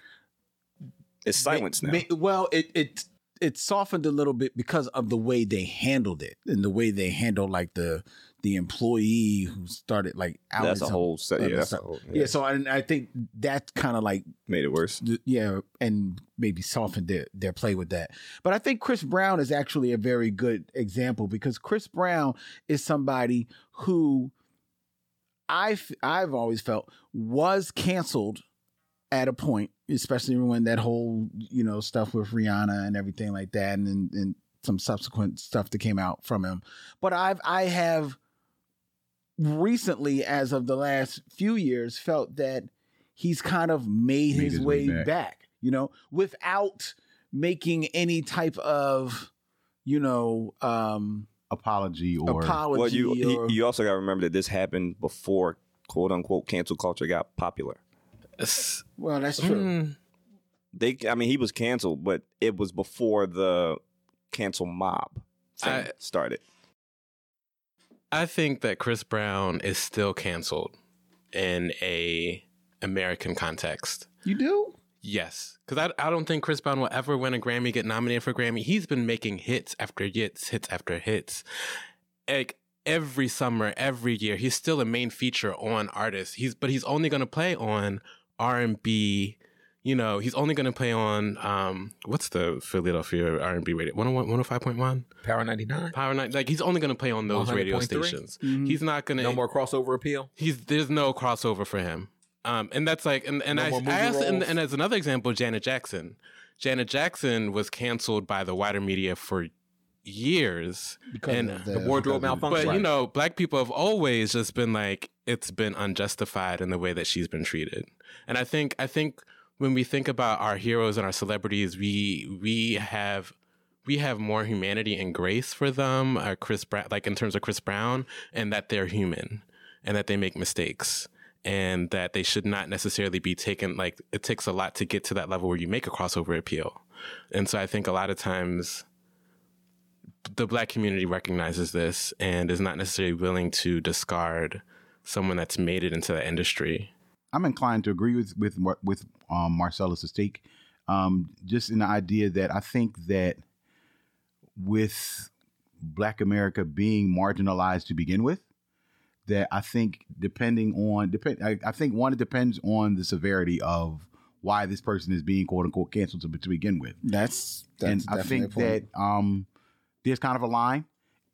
[SPEAKER 4] It's silence now.
[SPEAKER 1] may- well, it it it softened a little bit because of the way they handled it and the way they handled like the the employee who started like out.
[SPEAKER 4] that's a whole set.
[SPEAKER 1] other
[SPEAKER 4] Yeah, that's a
[SPEAKER 1] stuff.
[SPEAKER 4] whole, yeah,
[SPEAKER 1] Yeah, so I, I think that kind of like
[SPEAKER 4] made it worse.
[SPEAKER 1] th- yeah, and maybe soften their, their play with that. But I think Chris Brown is actually a very good example because Chris Brown is somebody who I f- I've always felt was canceled at a point, especially when that whole you know stuff with Rihanna and everything like that, and and some subsequent stuff that came out from him. But I've I have recently, as of the last few years, felt that he's kind of made, his, way, back. you know, without making any type of, you know, um
[SPEAKER 2] apology or
[SPEAKER 1] apology
[SPEAKER 4] well, you
[SPEAKER 1] or
[SPEAKER 4] he, you also got to remember that this happened before quote unquote cancel culture got popular.
[SPEAKER 6] It's-
[SPEAKER 1] well, that's true.
[SPEAKER 6] mm,
[SPEAKER 4] They, I mean, he was canceled, but it was before the cancel mob thing
[SPEAKER 6] I-
[SPEAKER 4] started.
[SPEAKER 6] I think that Chris Brown is still canceled in a American context.
[SPEAKER 1] You do?
[SPEAKER 6] Yes, because I, I don't think Chris Brown will ever win a Grammy, get nominated for a Grammy. He's been making hits after hits, hits after hits. Like every summer, every year, he's still a main feature on artists. He's but he's only going to play on R and B. You know, he's only going to play on um, what's the Philadelphia R and B radio? 101, 105.1?
[SPEAKER 5] Power 99.
[SPEAKER 6] Power night. Like he's only going to play on those radio
[SPEAKER 5] 100.3?
[SPEAKER 6] stations.
[SPEAKER 1] Mm-hmm. Mm.
[SPEAKER 6] He's not going to
[SPEAKER 5] No more crossover appeal.
[SPEAKER 6] he's there's no crossover for him. Um, and that's like, and, and
[SPEAKER 5] No
[SPEAKER 6] I,
[SPEAKER 5] more movie
[SPEAKER 6] I asked, and,
[SPEAKER 5] roles.
[SPEAKER 6] and as another example, Janet Jackson. Janet Jackson was canceled by the wider media for years,
[SPEAKER 1] Because
[SPEAKER 6] and
[SPEAKER 1] of
[SPEAKER 5] The wardrobe
[SPEAKER 1] because of-
[SPEAKER 5] malfunction.
[SPEAKER 6] but you know, black people have always just been like, it's been unjustified in the way that she's been treated. And I think, I think when we think about our heroes and our celebrities, we we have we have more humanity and grace for them. Uh, Chris Brown, like in terms of Chris Brown, and that they're human and that they make mistakes and that they should not necessarily be taken like it takes a lot to get to that level where you make a crossover appeal and so i think a lot of times the black community recognizes this and is not necessarily willing to discard someone that's made it into the industry
[SPEAKER 2] I'm inclined to agree with with Mar- with um, Marcellus's take, um, just in the idea that I think that with Black America being marginalized to begin with, that I think depending on depend, I, I think one it depends on the severity of why this person is being quote unquote canceled to, to begin with
[SPEAKER 1] That's that's
[SPEAKER 2] and I
[SPEAKER 1] definitely a
[SPEAKER 2] think
[SPEAKER 1] point.
[SPEAKER 2] that um, there's kind of a line,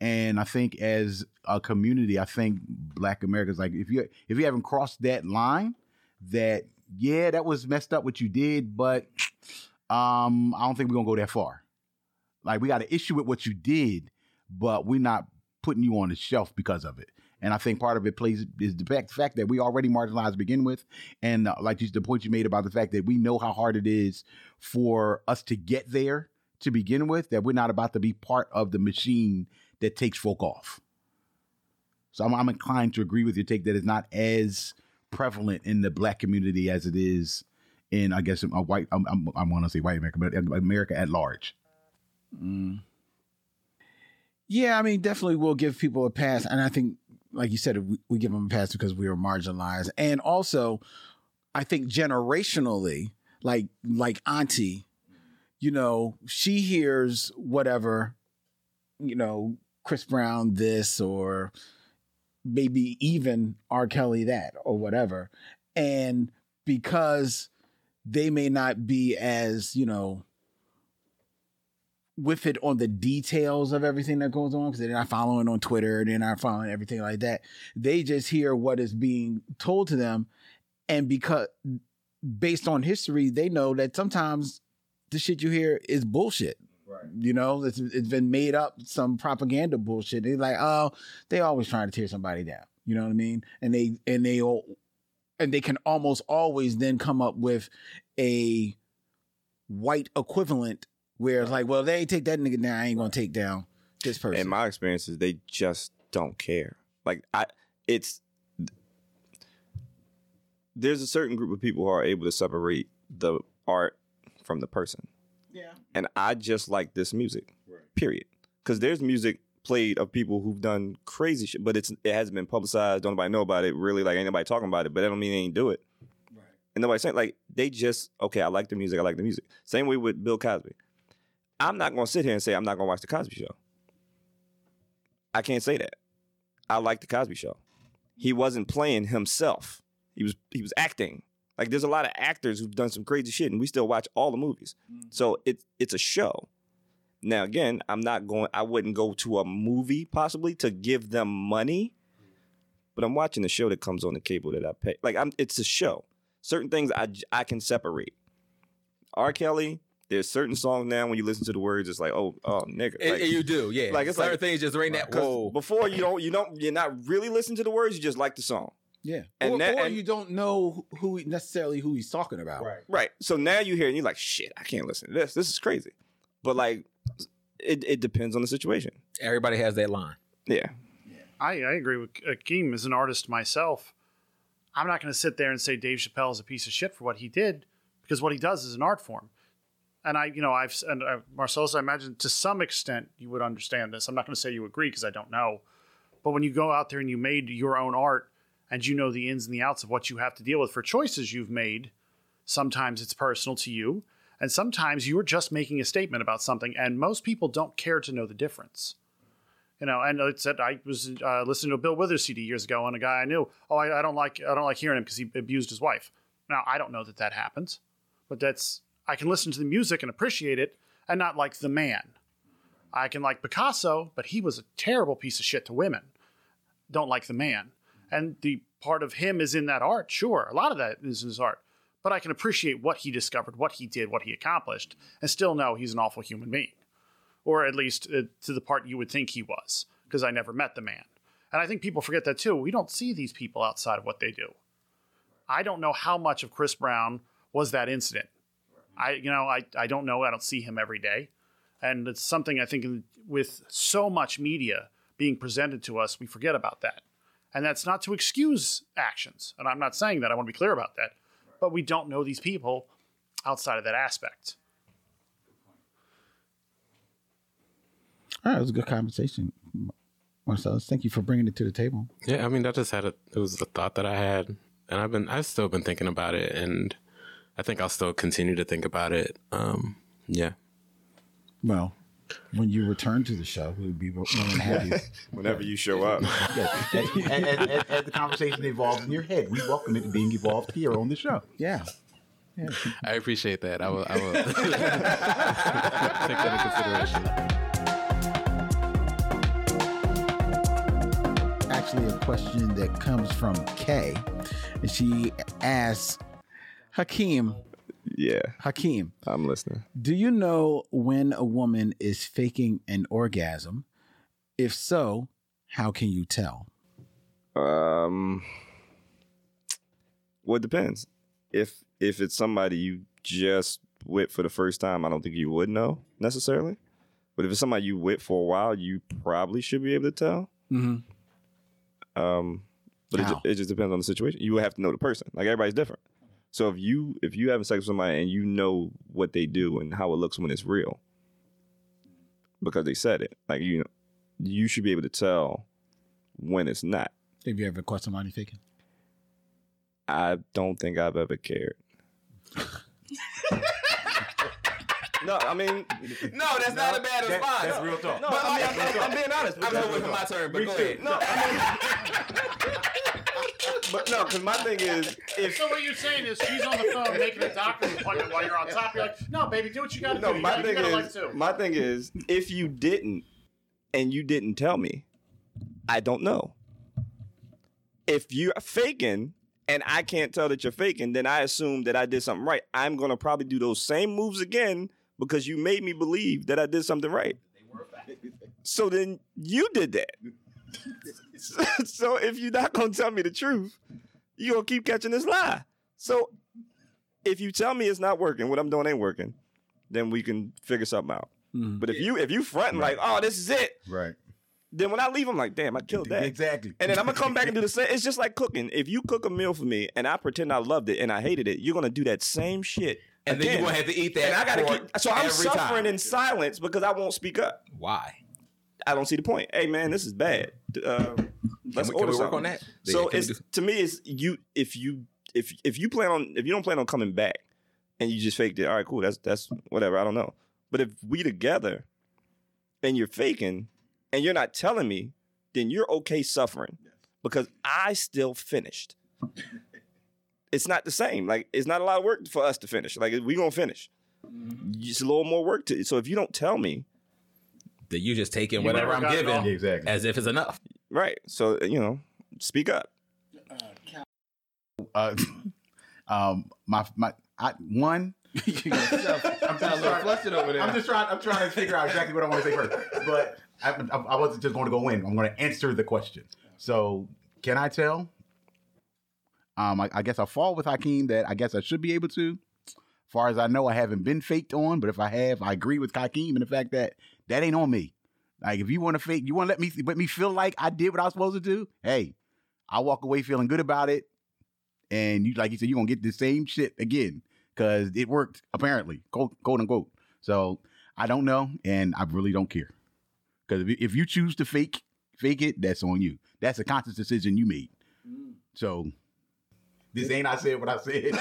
[SPEAKER 2] and I think as a community, I think Black Americans like if you if you haven't crossed that line, that yeah, that was messed up what you did, but um, I don't think we're gonna go that far. Like we got an issue with what you did, but we're not putting you on the shelf because of it. And I think part of it plays is the fact, fact that we already marginalized to begin with. And uh, like you, the point you made about the fact that we know how hard it is for us to get there to begin with, that we're not about to be part of the machine that takes folk off. So I'm, I'm inclined to agree with your take that it's not as prevalent in the black community as it is in, I guess, a white, I'm, I'm, I want to say white America, but America at large.
[SPEAKER 1] Mm. Yeah, I mean, definitely we'll give people a pass. And I think, like you said, we, we give them a pass because we were marginalized. And also, I think generationally, like like auntie, you know, she hears whatever, you know, Chris Brown this or maybe even R. Kelly that or whatever. And because they may not be as, you know, with it on the details of everything that goes on because they're not following on Twitter, they're not following everything like that. They just hear what is being told to them, and because based on history, they know that sometimes the shit you hear is bullshit.
[SPEAKER 2] Right.
[SPEAKER 1] You know, it's, it's been made up some propaganda bullshit. They're like, oh, they always trying to tear somebody down. You know what I mean? And they and they all and they can almost always then come up with a white equivalent where it's like, well, they ain't take that nigga down. I ain't gonna take down this person.
[SPEAKER 4] In my experiences, they just don't care. Like I, it's there's a certain group of people who are able to separate the art from the person.
[SPEAKER 1] Yeah.
[SPEAKER 4] And I just like this music,
[SPEAKER 2] Right.
[SPEAKER 4] period. Because there's music played of people who've done crazy shit, but it's it hasn't been publicized. Don't nobody know about it. Really, like ain't nobody talking about it. But that don't mean they ain't do it.
[SPEAKER 2] Right.
[SPEAKER 4] And nobody's saying like they just okay. I like the music. I like the music. Same way with Bill Cosby. I'm not gonna sit here and say I'm not gonna watch the Cosby Show. I can't say that. I like the Cosby Show. He wasn't playing himself. He was he was acting. Like there's a lot of actors who've done some crazy shit, and we still watch all the movies. So it's it's a show. Now again, I'm not going. I wouldn't go to a movie possibly to give them money, but I'm watching a show that comes on the cable that I pay. Like I'm, it's a show. Certain things I j- I can separate. R. Kelly, there's certain songs now when you listen to the words, it's like oh oh nigga.
[SPEAKER 5] It-
[SPEAKER 4] Like-
[SPEAKER 5] it- you do, yeah.
[SPEAKER 4] like, it's
[SPEAKER 5] certain
[SPEAKER 4] like-
[SPEAKER 5] things just ring that.
[SPEAKER 4] 'cause
[SPEAKER 5] Whoa,
[SPEAKER 4] Before you don't you don't you're not really listening to the words. You just like the song.
[SPEAKER 1] Yeah.
[SPEAKER 4] And
[SPEAKER 1] or,
[SPEAKER 4] that-
[SPEAKER 1] or
[SPEAKER 4] and-
[SPEAKER 1] you don't know who necessarily who he's talking about.
[SPEAKER 4] Right. So now you hear it and you're like, shit, I can't listen to this. This is crazy. But like, it, it depends on the situation.
[SPEAKER 5] everybody has that line.
[SPEAKER 4] Yeah.
[SPEAKER 3] I, I agree with Akeem as an artist myself. I'm not going to sit there and say Dave Chappelle is a piece of shit for what he did because what he does is an art form. And I, you know, I've, and uh, Marcellus, I imagine to some extent you would understand this. I'm not going to say you agree because I don't know. But when you go out there and you made your own art and you know the ins and the outs of what you have to deal with for choices you've made, sometimes it's personal to you. And sometimes you're just making a statement about something. And most people don't care to know the difference you know, and it said I was uh, listening to a Bill Withers CD years ago, and a guy I knew, oh, I, I don't like, I don't like hearing him because he abused his wife. Now I don't know that that happens, but that's I can listen to the music and appreciate it, and not like the man. I can like Picasso, but he was a terrible piece of shit to women. Don't like the man, and the part of him is in that art. Sure, a lot of that is in his art, but I can appreciate what he discovered, what he did, what he accomplished, and still know he's an awful human being or at least uh, to the part you would think he was, because I never met the man. And I think people forget that too. We don't see these people outside of what they do. I don't know how much of Chris Brown was that incident. I, you know, I, I don't know. I don't see him every day. And it's something I think in- with so much media being presented to us, we forget about that. And that's not to excuse actions. And I'm not saying that. I want to be clear about that. But we don't know these people outside of that aspect.
[SPEAKER 1] All right, it was a good conversation, Marcellus. Thank you for bringing it to the table.
[SPEAKER 6] Yeah, I mean, that just had a, it was a thought that I had, and I've been, I've still been thinking about it, and I think I'll still continue to think about it. Um, yeah.
[SPEAKER 1] Well, when you return to the show, we'd be more than happy.
[SPEAKER 4] Whenever you show up.
[SPEAKER 2] and, and, and as the conversation evolves in your head, we welcome it to being evolved here on the show.
[SPEAKER 1] yeah.
[SPEAKER 6] I appreciate that. I will, I will take that into consideration.
[SPEAKER 1] Actually, a question that comes from Kay, and she asks Hakeem,
[SPEAKER 4] yeah.
[SPEAKER 1] Hakeem,
[SPEAKER 4] I'm listening.
[SPEAKER 1] do you know when a woman is faking an orgasm? If so, how can you tell?
[SPEAKER 4] Um, well, it depends. If if it's somebody you just with for the first time, I don't think you would know necessarily. But if it's somebody you with for a while, you probably should be able to tell.
[SPEAKER 1] Mm-hmm.
[SPEAKER 4] Um, but it,
[SPEAKER 1] How?
[SPEAKER 4] ju- it just depends on the situation. You would have to know the person. Like everybody's different. So if you if you having sex with somebody and you know what they do and how it looks when it's real, because they said it, like you know, you should be able to tell when it's not.
[SPEAKER 1] Have you ever caught somebody faking?
[SPEAKER 4] I don't think I've ever cared. no, I mean,
[SPEAKER 5] No, that's not a bad
[SPEAKER 2] That-
[SPEAKER 5] response.
[SPEAKER 2] That's real talk.
[SPEAKER 5] No, I mean, I'm, I'm being honest. I'm going for my turn, but go ahead.
[SPEAKER 4] no, I mean, but no, because my thing is, if
[SPEAKER 3] So what you're saying is she's on the phone making a doctor's appointment while you're on top. You're like, no, baby, do what you got to
[SPEAKER 4] no,
[SPEAKER 3] do. You
[SPEAKER 4] my
[SPEAKER 3] gotta, you
[SPEAKER 4] thing
[SPEAKER 3] gotta
[SPEAKER 4] is,
[SPEAKER 3] like to.
[SPEAKER 4] my thing is, if you didn't and you didn't tell me, I don't know. If you're faking and I can't tell that you're faking, then I assume that I did something right. I'm gonna probably do those same moves again because you made me believe that I did something right. So then you did that. so if you're not gonna tell me the truth, you're gonna keep catching this lie. So if you tell me it's not working, what I'm doing ain't working, then we can figure something out.
[SPEAKER 1] Mhm.
[SPEAKER 4] But if you if you fronting like, oh, this is it,
[SPEAKER 2] Right.
[SPEAKER 4] then when I leave, I'm like, damn, I killed that.
[SPEAKER 2] Exactly.
[SPEAKER 4] And then I'm gonna come back and do the same. It's just like cooking. If you cook a meal for me and I pretend I loved it and I hated it, you're gonna do that same shit.
[SPEAKER 5] And then
[SPEAKER 4] again.
[SPEAKER 5] you're going to have to eat that.
[SPEAKER 4] And I gotta
[SPEAKER 5] pork
[SPEAKER 4] keep. So I'm
[SPEAKER 5] every
[SPEAKER 4] suffering
[SPEAKER 5] time.
[SPEAKER 4] in silence because I won't speak up.
[SPEAKER 5] Why?
[SPEAKER 4] I don't see the point. Hey man, this is bad. Uh, let's
[SPEAKER 5] Can we, can
[SPEAKER 4] order
[SPEAKER 5] we work
[SPEAKER 4] something.
[SPEAKER 5] on that?
[SPEAKER 4] So
[SPEAKER 5] Can we
[SPEAKER 4] it's
[SPEAKER 5] do-
[SPEAKER 4] to me, it's you. If you if if you plan on if you don't plan on coming back, and you just faked it. All right, cool. That's that's whatever. I don't know. But if we together, and you're faking, and you're not telling me, then you're okay suffering because I still finished. it's not the same. Like it's not a lot of work for us to finish. Like we gonna finish. It's a little more work to. So if you don't tell me,
[SPEAKER 5] that you just taking
[SPEAKER 3] You
[SPEAKER 5] whatever
[SPEAKER 3] never
[SPEAKER 5] I'm
[SPEAKER 3] got it
[SPEAKER 5] giving
[SPEAKER 3] all.
[SPEAKER 2] Yeah, exactly.
[SPEAKER 5] as if it's enough.
[SPEAKER 4] right? So you know, speak up.
[SPEAKER 2] uh, um, my my I, one. I'm
[SPEAKER 1] Sound a little flustered over there.
[SPEAKER 2] I'm
[SPEAKER 6] Uh,
[SPEAKER 2] just trying. I'm trying to figure out exactly what I want to say first. But I, I, I wasn't just going to go in. I'm going to answer the question. So can I tell? Um, I, I guess I fall with Hakeem that I guess I should be able to. Far as I know, I haven't been faked on. But if I have, I agree with Hakeem in the fact that that ain't on me. Like if you want to fake, you want to let me let me feel like I did what I was supposed to do. Hey, I walk away feeling good about it. And you, like you said, you're gonna get the same shit again because it worked apparently, quote, quote unquote. So I don't know, and I really don't care because if, you- if you choose to fake fake it, that's on you. That's a conscious decision you made. Mm. So this ain't I said what I said.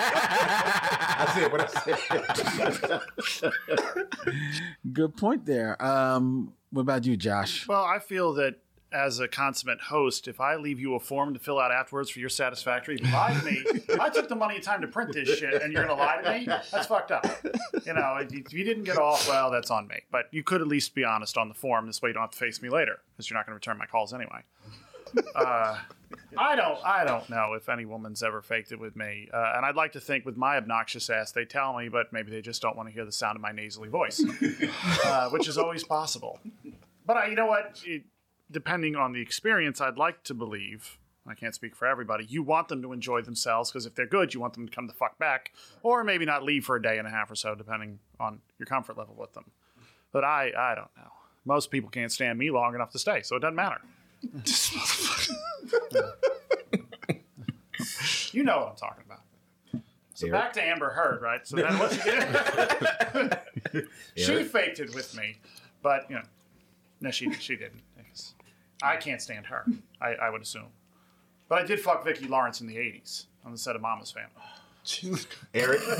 [SPEAKER 2] I said what I said.
[SPEAKER 1] Good point there. Um, what about you, Josh?
[SPEAKER 3] Well, I feel that as a consummate host, if I leave you a form to fill out afterwards for your satisfactory, you lied to me. I took the money and time to print this shit, and you're gonna lie to me? That's fucked up. You know, if you- if you didn't get off, well, that's on me. But you could at least be honest on the form. This way, you don't have to face me later because you're not gonna return my calls anyway. Uh, I don't. I don't know if any woman's ever faked it with me, uh, and I'd like to think with my obnoxious ass they tell me, but maybe they just don't want to hear the sound of my nasally voice, uh, which is always possible. But I, you know what? It, depending on the experience, I'd like to believe. I can't speak for everybody. You want them to enjoy themselves because if they're good, you want them to come the fuck back, or maybe not leave for a day and a half or so, depending on your comfort level with them. But I, I don't know. Most people can't stand me long enough to stay, so it doesn't matter. you know what I'm talking about. So back to Amber Heard, right? So then what she did? she faked it with me, but you know, no, she she didn't. Because I can't stand her. I, I would assume, but I did fuck Vicki Lawrence in the '80s on the set of Mama's Family.
[SPEAKER 2] Eric,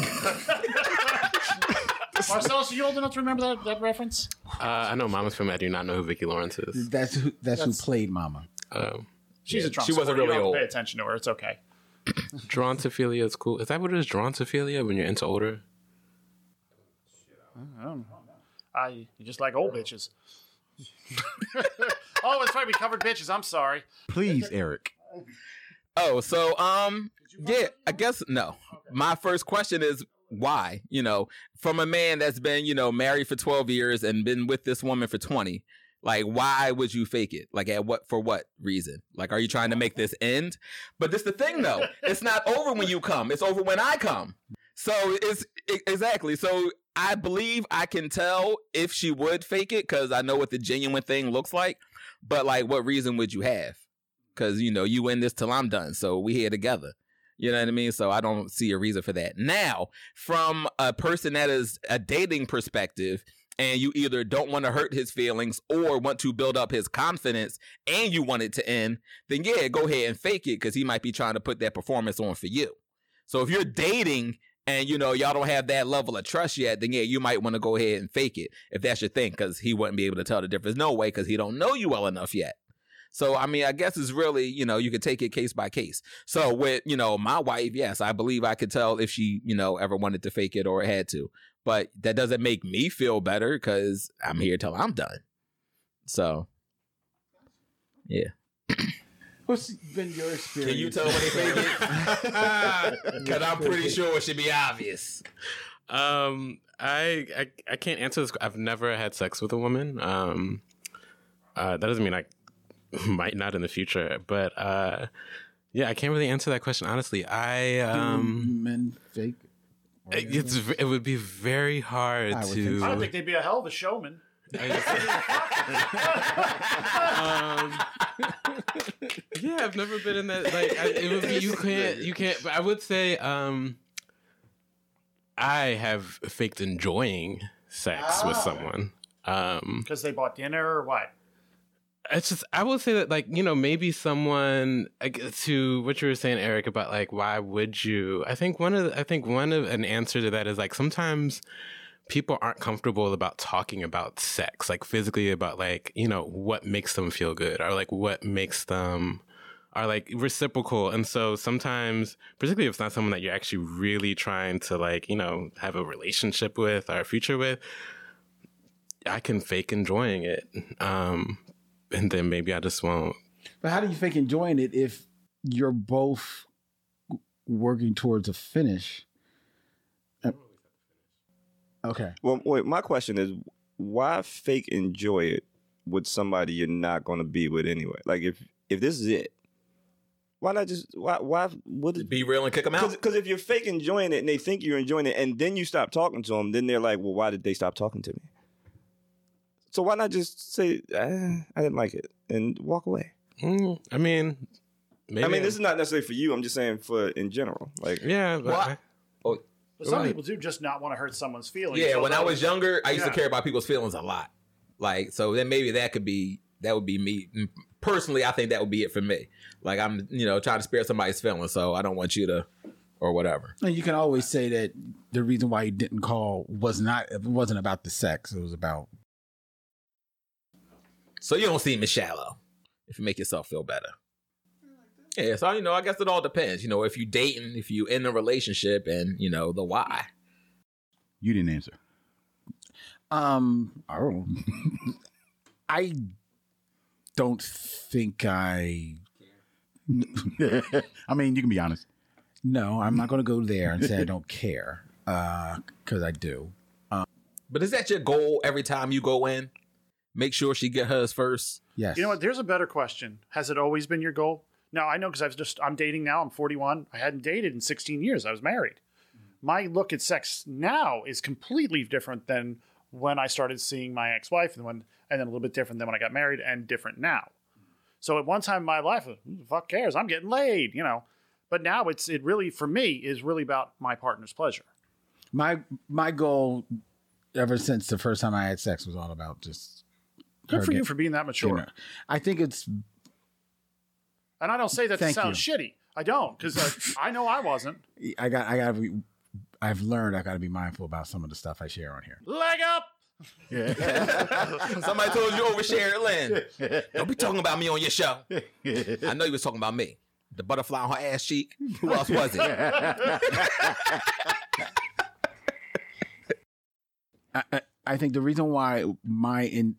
[SPEAKER 3] Marcellus, are you old enough to remember that, that reference?
[SPEAKER 6] Uh, I know Mama's from. I do not know who Vicki Lawrence is.
[SPEAKER 1] That's who. That's, who played Mama.
[SPEAKER 6] Um,
[SPEAKER 3] She's a Trump.
[SPEAKER 5] she wasn't
[SPEAKER 3] supporter. You don't have to
[SPEAKER 5] really
[SPEAKER 3] Pay
[SPEAKER 5] old.
[SPEAKER 3] attention to her. It's okay.
[SPEAKER 6] Dronsophilia is cool. Is that what it is? Dronsophilia when you're into older?
[SPEAKER 3] I you just like old bitches. oh, that's right. We covered bitches. I'm sorry.
[SPEAKER 2] please, Eric.
[SPEAKER 5] Oh, so um, yeah, I guess no. My first question is why? You know, from a man that's been you know married for twelve years and been with this woman for twenty, Like, why would you fake it? Like, at what for what reason? Like, are you trying to make this end? But this the thing though, it's not over when you come. It's over when I come. So it's e- exactly. So I believe I can tell if she would fake it because I know what the genuine thing looks like. But like, what reason would you have? Because you know you in this till I'm done. So we here together. You know what I mean? So I don't see a reason for that. Now, from a person that is a dating perspective, and you either don't want to hurt his feelings or want to build up his confidence and you want it to end, then yeah, go ahead and fake it because he might be trying to put that performance on for you. So if you're dating and you know y'all don't have that level of trust yet, then yeah, you might want to go ahead and fake it if that's your thing because he wouldn't be able to tell the difference. No way because he don't know you well enough yet. So I mean, I guess it's really you know you can take it case by case. So with you know my wife, yes, I believe I could tell if she you know ever wanted to fake it or had to, but that doesn't make me feel better because I'm here till I'm done. So
[SPEAKER 1] What's been your experience?
[SPEAKER 6] Ah,
[SPEAKER 5] Because I'm pretty sure it should be obvious.
[SPEAKER 6] Um, I, I I can't answer this. I've never had sex with a woman. Um, uh, that doesn't mean I might not in the future, but uh, yeah, I can't really answer that question honestly. I um,
[SPEAKER 1] men fake.
[SPEAKER 6] it- it's v- it would be very hard
[SPEAKER 1] I would think
[SPEAKER 6] to.
[SPEAKER 1] so.
[SPEAKER 3] I don't think they'd be a hell of a showman.
[SPEAKER 6] um, yeah, I've never been in that. Like, I, it would be, you can't, you can't. But I would say, um, I have faked enjoying sex with someone. Um,
[SPEAKER 3] Because they bought dinner or what?
[SPEAKER 6] it's just, I would say that, like, you know, maybe someone like, to what you were saying, Eric, about like, why would you? I think one of, the, I think one of an answer to that is like sometimes people aren't comfortable about talking about sex, like physically about like, you know, what makes them feel good or like what makes them are like reciprocal. And so sometimes, particularly if it's not someone that you're actually really trying to like, you know, have a relationship with or a future with, I can fake enjoying it. Um, and then maybe I just won't.
[SPEAKER 1] But how do you fake enjoying it if you're both working towards a finish? Uh, Okay.
[SPEAKER 4] Well, wait, my question is why fake enjoy it with somebody you're not going to be with anyway? Like if if this is it, why not just why why what is
[SPEAKER 5] Be real and kick them out.
[SPEAKER 4] because if you're fake enjoying it and they think you're enjoying it and then you stop talking to them, then they're like, well, why did they stop talking to me? So why not just say "Ah, I didn't like it and walk away?
[SPEAKER 6] Mm, I mean, maybe.
[SPEAKER 4] I mean, this is not necessarily for you. I'm just saying for in general. Like,
[SPEAKER 6] yeah, but
[SPEAKER 5] Well, I-
[SPEAKER 3] But some
[SPEAKER 6] Right.
[SPEAKER 3] people do just not want to hurt someone's feelings.
[SPEAKER 5] Oh, Yeah,
[SPEAKER 3] so
[SPEAKER 5] when I
[SPEAKER 3] they'll-
[SPEAKER 5] was younger, I used
[SPEAKER 3] Yeah.
[SPEAKER 5] to care about people's feelings a lot. Like, so then maybe that could be that would be me M- personally. I think that would be it for me. Like, I'm you know trying to spare somebody's feelings, so I don't want you to or whatever.
[SPEAKER 1] And you can always say that the reason why he didn't call was not it wasn't about the sex. It was about
[SPEAKER 5] So you don't seem as shallow if you make yourself feel better. Yeah, so you know, I guess it all depends. You know, if you dating, if you in a relationship, and you know the why.
[SPEAKER 2] You didn't answer.
[SPEAKER 1] um I don't know. I don't think I
[SPEAKER 2] I mean, you can be honest.
[SPEAKER 1] no, I'm not going to go there and say I don't care uh cuz I do.
[SPEAKER 5] But is that your goal every time you go in? Make sure she get hers first.
[SPEAKER 1] Yes.
[SPEAKER 3] You know what? There's a better question. Has it always been your goal? Now I know because I've just I'm dating now. I'm 41. I hadn't dated in 16 years. I was married.
[SPEAKER 1] Mm-hmm.
[SPEAKER 3] My look at sex now is completely different than when I started seeing my ex-wife, and when and then a little bit different than when I got married, and different now. So at one time in my life, who the fuck cares? I'm getting laid, you know. But now it's it really for me is really about my partner's pleasure.
[SPEAKER 1] my my goal ever since the first time I had sex was all about just
[SPEAKER 3] Good
[SPEAKER 1] her
[SPEAKER 3] for you
[SPEAKER 1] getting-
[SPEAKER 3] for being that mature.
[SPEAKER 1] know. I think it's
[SPEAKER 3] And I don't say that
[SPEAKER 1] Thank
[SPEAKER 3] to sound shitty. I don't because I know I wasn't.
[SPEAKER 1] I got I got to be I've learned I got to be mindful about some of the stuff I share on here.
[SPEAKER 3] Leg up.
[SPEAKER 5] Somebody told you overshare, Lynn. Don't be talking about me on your show. I know you was talking about me. The butterfly on her ass cheek. Who else was it?
[SPEAKER 1] I, I, I think the reason why my in,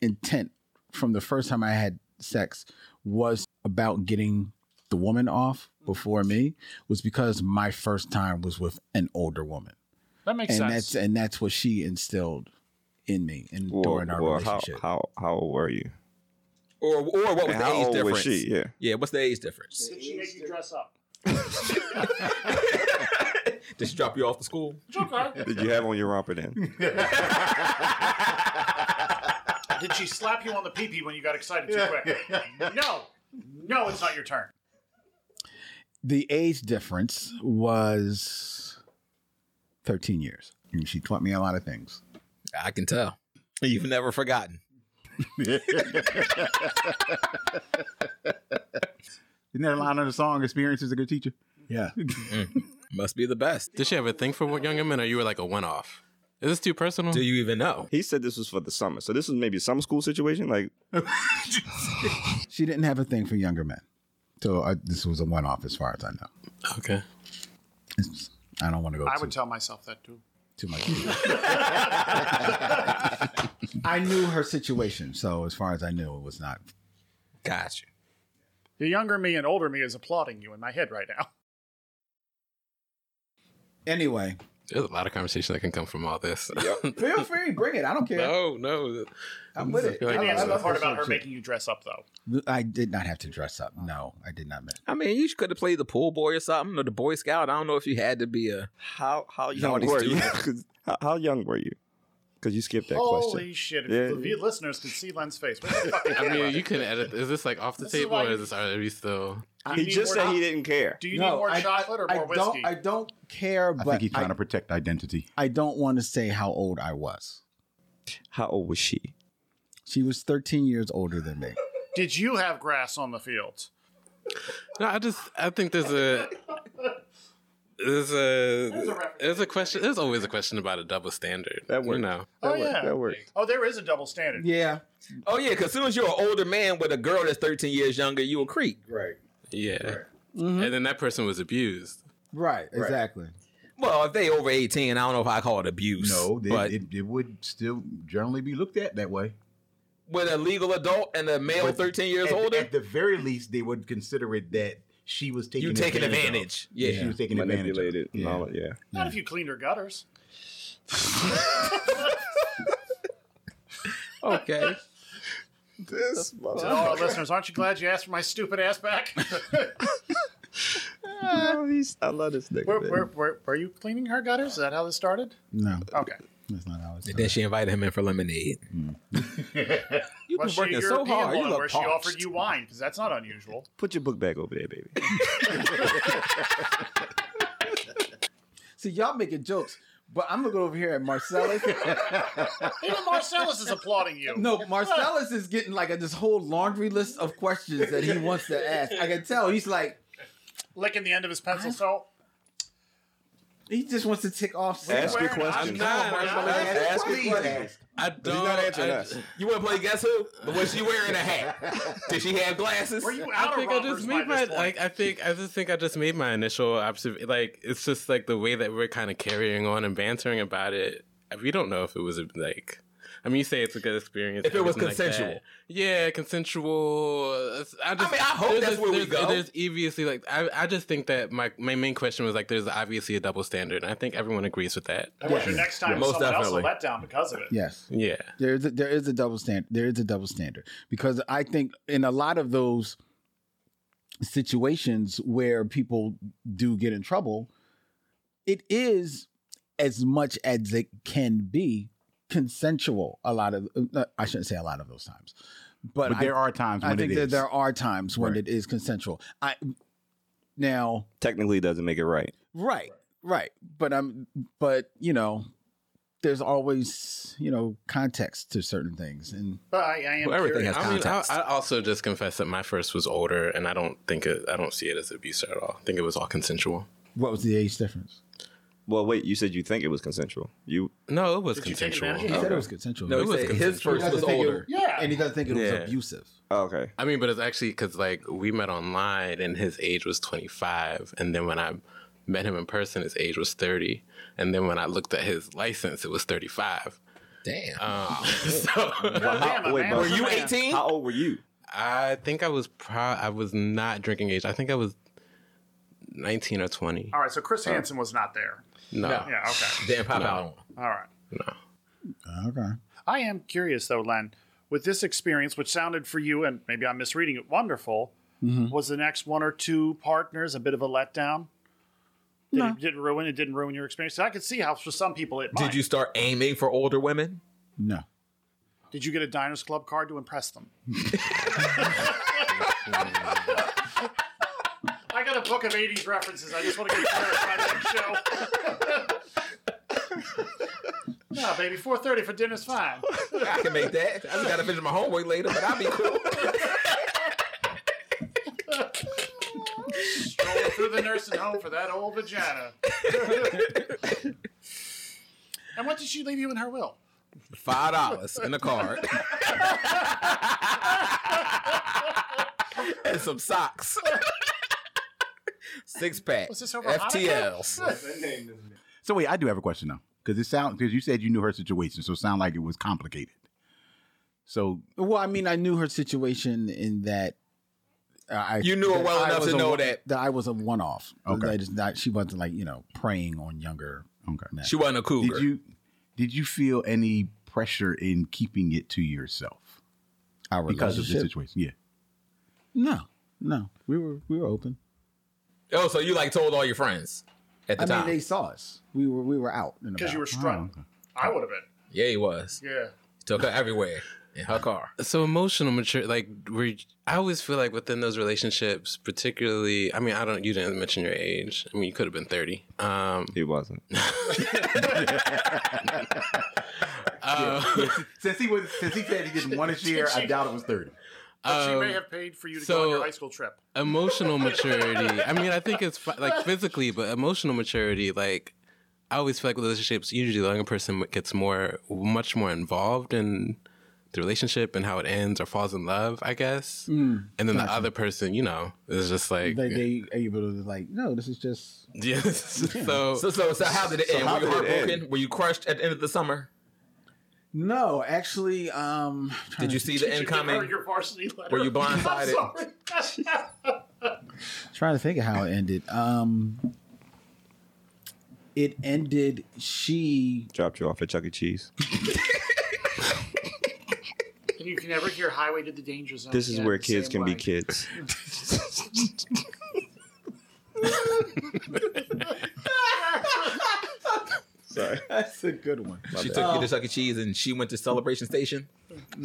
[SPEAKER 1] intent from the first time I had sex was about getting the woman off before me was because my first time was with an older woman.
[SPEAKER 3] That makes
[SPEAKER 1] and
[SPEAKER 3] sense.
[SPEAKER 1] that's and that's what she instilled in me and
[SPEAKER 4] Or-
[SPEAKER 1] during our
[SPEAKER 4] or how,
[SPEAKER 1] relationship.
[SPEAKER 4] how how old were you?
[SPEAKER 5] Or or what was
[SPEAKER 4] And
[SPEAKER 5] the
[SPEAKER 4] how
[SPEAKER 5] age
[SPEAKER 4] old
[SPEAKER 5] difference?
[SPEAKER 4] was she? Yeah.
[SPEAKER 5] Yeah, what's the age difference?
[SPEAKER 3] Did she make you dress up?
[SPEAKER 5] Did she drop you off to school?
[SPEAKER 3] It's okay.
[SPEAKER 4] Did you have on your romper then?
[SPEAKER 3] Did she slap you on the pee pee when you got excited too quick? No, no, it's not your turn.
[SPEAKER 1] the age difference was 13 years.
[SPEAKER 2] And she taught me a lot of things.
[SPEAKER 5] I can tell. You've never forgotten.
[SPEAKER 2] Isn't that a line on the song? Experience is a good teacher.
[SPEAKER 1] Yeah.
[SPEAKER 5] Must be the best.
[SPEAKER 6] Did she have a thing for what younger men, or you were like a one off? Is this too personal?
[SPEAKER 5] Do you even know?
[SPEAKER 4] He said this was for the summer, so this was maybe a summer school situation. Like,
[SPEAKER 1] She didn't have a thing for younger men. So I, this was a one off as far as I know.
[SPEAKER 6] okay.
[SPEAKER 1] It's- I don't want to go
[SPEAKER 3] I
[SPEAKER 1] too,
[SPEAKER 3] would tell myself that too.
[SPEAKER 1] too much. I knew her situation. So as far as I knew, it was not.
[SPEAKER 5] Gotcha.
[SPEAKER 3] The younger me and older me is applauding you in my head right now.
[SPEAKER 1] Anyway,
[SPEAKER 6] There's a lot of conversation that can come from all this.
[SPEAKER 1] feel free, bring it. I don't care.
[SPEAKER 6] no, no.
[SPEAKER 1] I'm with it.
[SPEAKER 6] Did
[SPEAKER 1] I-
[SPEAKER 3] Didn't
[SPEAKER 1] I
[SPEAKER 3] answer the
[SPEAKER 1] love
[SPEAKER 3] part
[SPEAKER 1] that
[SPEAKER 3] about her
[SPEAKER 1] shit.
[SPEAKER 3] making you dress up though.
[SPEAKER 1] I did not have to dress up. No, I did not.
[SPEAKER 5] I mean, you could have played the pool boy or something, or the Boy Scout. I don't know if you had to be a.
[SPEAKER 4] how how
[SPEAKER 5] young were you?
[SPEAKER 4] 'Cause how, how young were you? Because you skipped that
[SPEAKER 3] Holy
[SPEAKER 4] question.
[SPEAKER 3] shit! If
[SPEAKER 4] Yeah.
[SPEAKER 3] the vi- listeners could see Len's face, what the fuck is
[SPEAKER 6] I
[SPEAKER 3] that?
[SPEAKER 6] mean, you can edit. Is this like off the
[SPEAKER 3] This is
[SPEAKER 6] table,
[SPEAKER 3] why
[SPEAKER 6] or
[SPEAKER 3] you-
[SPEAKER 6] is this, are we still?
[SPEAKER 3] Do
[SPEAKER 4] He
[SPEAKER 3] you need
[SPEAKER 4] just
[SPEAKER 3] more
[SPEAKER 4] said he
[SPEAKER 3] cho-
[SPEAKER 4] didn't care.
[SPEAKER 3] Do you need more chocolate or more
[SPEAKER 1] I
[SPEAKER 3] whiskey?
[SPEAKER 1] Don't, I don't care,
[SPEAKER 2] I
[SPEAKER 1] but
[SPEAKER 2] think he's trying
[SPEAKER 1] I,
[SPEAKER 2] to protect identity.
[SPEAKER 1] I don't want to say how old I was.
[SPEAKER 4] How old was she?
[SPEAKER 1] She was 13 years older than me.
[SPEAKER 3] Did you have grass on the field?
[SPEAKER 6] No, I just I think there's a there's a there's a question. There's always a question about a double standard.
[SPEAKER 4] That
[SPEAKER 6] You
[SPEAKER 4] works.
[SPEAKER 6] know,
[SPEAKER 4] That
[SPEAKER 3] Oh,
[SPEAKER 4] worked.
[SPEAKER 3] yeah.
[SPEAKER 4] That worked.
[SPEAKER 3] Oh, there is a double standard.
[SPEAKER 1] Yeah.
[SPEAKER 5] Oh yeah, because soon as you're an older man with a girl that's 13 years younger, you a creep.
[SPEAKER 1] Right.
[SPEAKER 6] yeah.
[SPEAKER 3] Mm-hmm.
[SPEAKER 6] And then that person was abused.
[SPEAKER 1] Right. Exactly.
[SPEAKER 5] Well, if they over 18, I don't know if I call it abuse.
[SPEAKER 2] No, it,
[SPEAKER 5] but
[SPEAKER 2] it, it would still generally be looked at that way.
[SPEAKER 5] with a legal adult and a male
[SPEAKER 2] But
[SPEAKER 5] 13 years
[SPEAKER 2] at,
[SPEAKER 5] older,
[SPEAKER 2] At the very least, they would consider it that she was taking
[SPEAKER 5] you taking
[SPEAKER 2] of.
[SPEAKER 5] advantage. Yeah.
[SPEAKER 2] She was taking advantage. of.
[SPEAKER 4] Manipulated. and all that, Yeah.
[SPEAKER 3] Not if you cleaned her gutters.
[SPEAKER 5] Okay.
[SPEAKER 4] This
[SPEAKER 3] Oh, our listeners, aren't you glad you asked for my stupid ass back?
[SPEAKER 4] I love this nigga.
[SPEAKER 3] were,
[SPEAKER 4] man.
[SPEAKER 3] were, were, were you cleaning her gutters? Is that how this started?
[SPEAKER 1] No,
[SPEAKER 3] Okay.
[SPEAKER 1] that's not how it's
[SPEAKER 5] And then she invited him in for lemonade.
[SPEAKER 2] Hmm.
[SPEAKER 5] You've been
[SPEAKER 3] Was she a
[SPEAKER 5] working so
[SPEAKER 3] European
[SPEAKER 5] hard. You
[SPEAKER 3] one
[SPEAKER 5] look
[SPEAKER 3] where she
[SPEAKER 5] parched.
[SPEAKER 3] offered you wine? Because that's not unusual.
[SPEAKER 4] Put your book bag over there, baby.
[SPEAKER 1] See, y'all making jokes, but I'm gonna go over here at Marcellus.
[SPEAKER 3] Even Marcellus is applauding you.
[SPEAKER 1] no, Marcellus is getting like a, this whole laundry list of questions that he wants to ask. I can tell he's like
[SPEAKER 3] Licking the end of his pencil so
[SPEAKER 1] he just wants to tick off. stuff.
[SPEAKER 4] Ask your
[SPEAKER 3] wearing a-
[SPEAKER 4] question.
[SPEAKER 6] I'm not. I'm not.
[SPEAKER 4] Ask your
[SPEAKER 1] Please
[SPEAKER 4] question.
[SPEAKER 1] ask.
[SPEAKER 6] I don't.
[SPEAKER 4] He's not answering
[SPEAKER 6] I-
[SPEAKER 4] us.
[SPEAKER 5] You want to play guess who? But was she wearing a hat? Did she have glasses?
[SPEAKER 3] Were you out
[SPEAKER 6] I think
[SPEAKER 3] of
[SPEAKER 6] I
[SPEAKER 3] robbers
[SPEAKER 6] just
[SPEAKER 3] by
[SPEAKER 6] made my
[SPEAKER 3] this point?
[SPEAKER 6] like. I think I just think I just made my initial observation. Like it's just like the way that we're kind of carrying on and bantering about it. We don't know if it was like. I mean, you say it's a good experience.
[SPEAKER 5] If it was
[SPEAKER 6] everything like that.
[SPEAKER 5] consensual.
[SPEAKER 6] yeah, consensual. It's- I, just,
[SPEAKER 5] mean, I hope
[SPEAKER 6] there's
[SPEAKER 5] that's
[SPEAKER 6] this-
[SPEAKER 5] where we
[SPEAKER 6] there's-
[SPEAKER 5] go.
[SPEAKER 6] There's obviously like I, I just think that my my main question was like, there's obviously a double standard, and I think everyone agrees with that.
[SPEAKER 3] I wish your next time
[SPEAKER 5] Most
[SPEAKER 3] someone else will
[SPEAKER 5] definitely.
[SPEAKER 3] let down because of it.
[SPEAKER 1] Yes,
[SPEAKER 6] Yeah,
[SPEAKER 1] there is a, there is a double standard. There is a double standard because I think in a lot of those situations where people do get in trouble, it is as much as it can be consensual. A lot of uh, I shouldn't say a lot of those times, but,
[SPEAKER 2] But
[SPEAKER 1] I-
[SPEAKER 2] there are times
[SPEAKER 1] I
[SPEAKER 2] when
[SPEAKER 1] think
[SPEAKER 2] it
[SPEAKER 1] that
[SPEAKER 2] is.
[SPEAKER 1] there are times when
[SPEAKER 2] Right.
[SPEAKER 1] it is consensual. I now
[SPEAKER 4] Technically doesn't make it right.
[SPEAKER 1] right, right, but I'm but you know, there's always you know context to certain things, and
[SPEAKER 3] But I, I am
[SPEAKER 5] Well, everything
[SPEAKER 3] curious.
[SPEAKER 5] has
[SPEAKER 6] I mean, I,
[SPEAKER 5] context.
[SPEAKER 6] I also just confess that my first was older, and I don't think it, I don't see it as abuse at all. I think it was all consensual.
[SPEAKER 1] what was the age difference?
[SPEAKER 4] Well, wait. You said you think it was consensual. You
[SPEAKER 6] No, it was
[SPEAKER 3] Did you take
[SPEAKER 6] consensual.
[SPEAKER 3] advantage of
[SPEAKER 1] He said
[SPEAKER 4] Okay.
[SPEAKER 1] it was consensual.
[SPEAKER 5] no,
[SPEAKER 6] it
[SPEAKER 5] he
[SPEAKER 6] was
[SPEAKER 5] said his
[SPEAKER 6] consensual.
[SPEAKER 5] first was
[SPEAKER 1] Doesn't think it-
[SPEAKER 5] older.
[SPEAKER 3] Yeah.
[SPEAKER 1] and he doesn't think it
[SPEAKER 6] Yeah.
[SPEAKER 1] was abusive.
[SPEAKER 4] oh, okay.
[SPEAKER 6] I mean, but it's actually because like we met online and his age was 25, and then when I met him in person, his age was 30, and then when I looked at his license, it was 35.
[SPEAKER 5] Damn.
[SPEAKER 6] Um, so
[SPEAKER 4] Well,
[SPEAKER 3] Damn, a Oh, man
[SPEAKER 4] but
[SPEAKER 3] was a
[SPEAKER 5] you
[SPEAKER 3] man.
[SPEAKER 5] 18?
[SPEAKER 4] How old were you?
[SPEAKER 6] I think I was proud. I was not drinking age. I think I was 19 or 20.
[SPEAKER 3] All right, so Chris Hansen was not there.
[SPEAKER 6] No,
[SPEAKER 3] Yeah, okay.
[SPEAKER 5] Damn, pop out.
[SPEAKER 3] All right.
[SPEAKER 1] Okay.
[SPEAKER 3] I am curious though, Len, with this experience, which sounded for you, and maybe I'm misreading it, wonderful.
[SPEAKER 5] Mm-hmm.
[SPEAKER 3] Was the next one or two partners a bit of a letdown? Did it didn't ruin it. Didn't ruin your experience. 'Cause I could see how for some people it.
[SPEAKER 5] Did
[SPEAKER 3] might.
[SPEAKER 5] you start aiming for older women?
[SPEAKER 2] No.
[SPEAKER 3] Did you get a Diners Club card to impress them? I got a book of 80s references. I just want to get clarified on the show. no, baby, 4.30 for dinner's fine.
[SPEAKER 5] I can make that. I just gotta finish my homework later, but I'll be cool.
[SPEAKER 3] Going through the nursing home for that old vagina. and what did she leave you in her will?
[SPEAKER 5] Five dollars in a card. and some socks. Six pack.
[SPEAKER 3] Was this over
[SPEAKER 5] FTLs.
[SPEAKER 2] So wait, I do have a question though, because it sound because you said you knew her situation, so it sound like it was complicated. So
[SPEAKER 1] Well, I mean, I knew her situation in that. uh, I,
[SPEAKER 5] You knew her
[SPEAKER 1] that
[SPEAKER 5] well
[SPEAKER 1] I
[SPEAKER 5] enough
[SPEAKER 1] was
[SPEAKER 5] to
[SPEAKER 1] a
[SPEAKER 5] know
[SPEAKER 1] one-
[SPEAKER 5] that.
[SPEAKER 1] I was a one-off.
[SPEAKER 2] Okay.
[SPEAKER 1] That is not. She wasn't like you know preying on younger.
[SPEAKER 2] okay,
[SPEAKER 5] She wasn't a cougar.
[SPEAKER 2] did you did you feel any pressure in keeping it to yourself
[SPEAKER 1] Our
[SPEAKER 2] because of the
[SPEAKER 1] relationship.
[SPEAKER 2] situation? Yeah.
[SPEAKER 1] No, no, we were we were open.
[SPEAKER 5] oh, so you like told all your friends at the
[SPEAKER 1] I
[SPEAKER 5] time?
[SPEAKER 1] mean, they saw us. We were we were out and
[SPEAKER 3] Because you
[SPEAKER 1] about.
[SPEAKER 3] were
[SPEAKER 4] Oh,
[SPEAKER 3] strutting. I would have been.
[SPEAKER 5] yeah, he was.
[SPEAKER 3] Yeah.
[SPEAKER 5] Took her everywhere in her car.
[SPEAKER 6] so emotional mature like we i always feel like within those relationships particularly i mean i don't you didn't mention your age i mean you could have been 30 um
[SPEAKER 4] It wasn't.
[SPEAKER 6] uh,
[SPEAKER 2] Since he was since he said he didn't want to share, I doubt it was thirty.
[SPEAKER 3] But she
[SPEAKER 6] Um,
[SPEAKER 3] may have paid for you to go on
[SPEAKER 6] so-
[SPEAKER 3] your high school trip.
[SPEAKER 6] emotional maturity i mean i think it's fi- like physically but emotional maturity like i always feel like with relationships usually the younger person gets more much more involved in the relationship and how it ends or falls in love i guess
[SPEAKER 3] Mm,
[SPEAKER 6] and then the other person you know is just like
[SPEAKER 1] They, they able to like no, this is just
[SPEAKER 6] yes so,
[SPEAKER 5] So, so, so how did it end?
[SPEAKER 4] how
[SPEAKER 5] Were you
[SPEAKER 4] did it end?
[SPEAKER 5] heartbroken? Were you crushed at the end of the summer?
[SPEAKER 1] no. Actually, um,
[SPEAKER 5] Did you see
[SPEAKER 3] Did
[SPEAKER 5] the
[SPEAKER 3] you give her
[SPEAKER 5] incoming?
[SPEAKER 3] your varsity letter?
[SPEAKER 5] Were you blindsided?
[SPEAKER 3] I'm sorry.
[SPEAKER 1] trying to think of how it ended. Um, it ended. She
[SPEAKER 4] Dropped you off at Chuck E. Cheese.
[SPEAKER 3] Oh, And you can never hear Highway to the Danger Zone.
[SPEAKER 4] This is
[SPEAKER 3] again
[SPEAKER 4] where
[SPEAKER 3] the
[SPEAKER 4] kids
[SPEAKER 3] same
[SPEAKER 4] can
[SPEAKER 3] way.
[SPEAKER 4] be kids. Sorry.
[SPEAKER 1] that's a good one.
[SPEAKER 5] She took you to Chuck E. Cheese and she went to Celebration Station.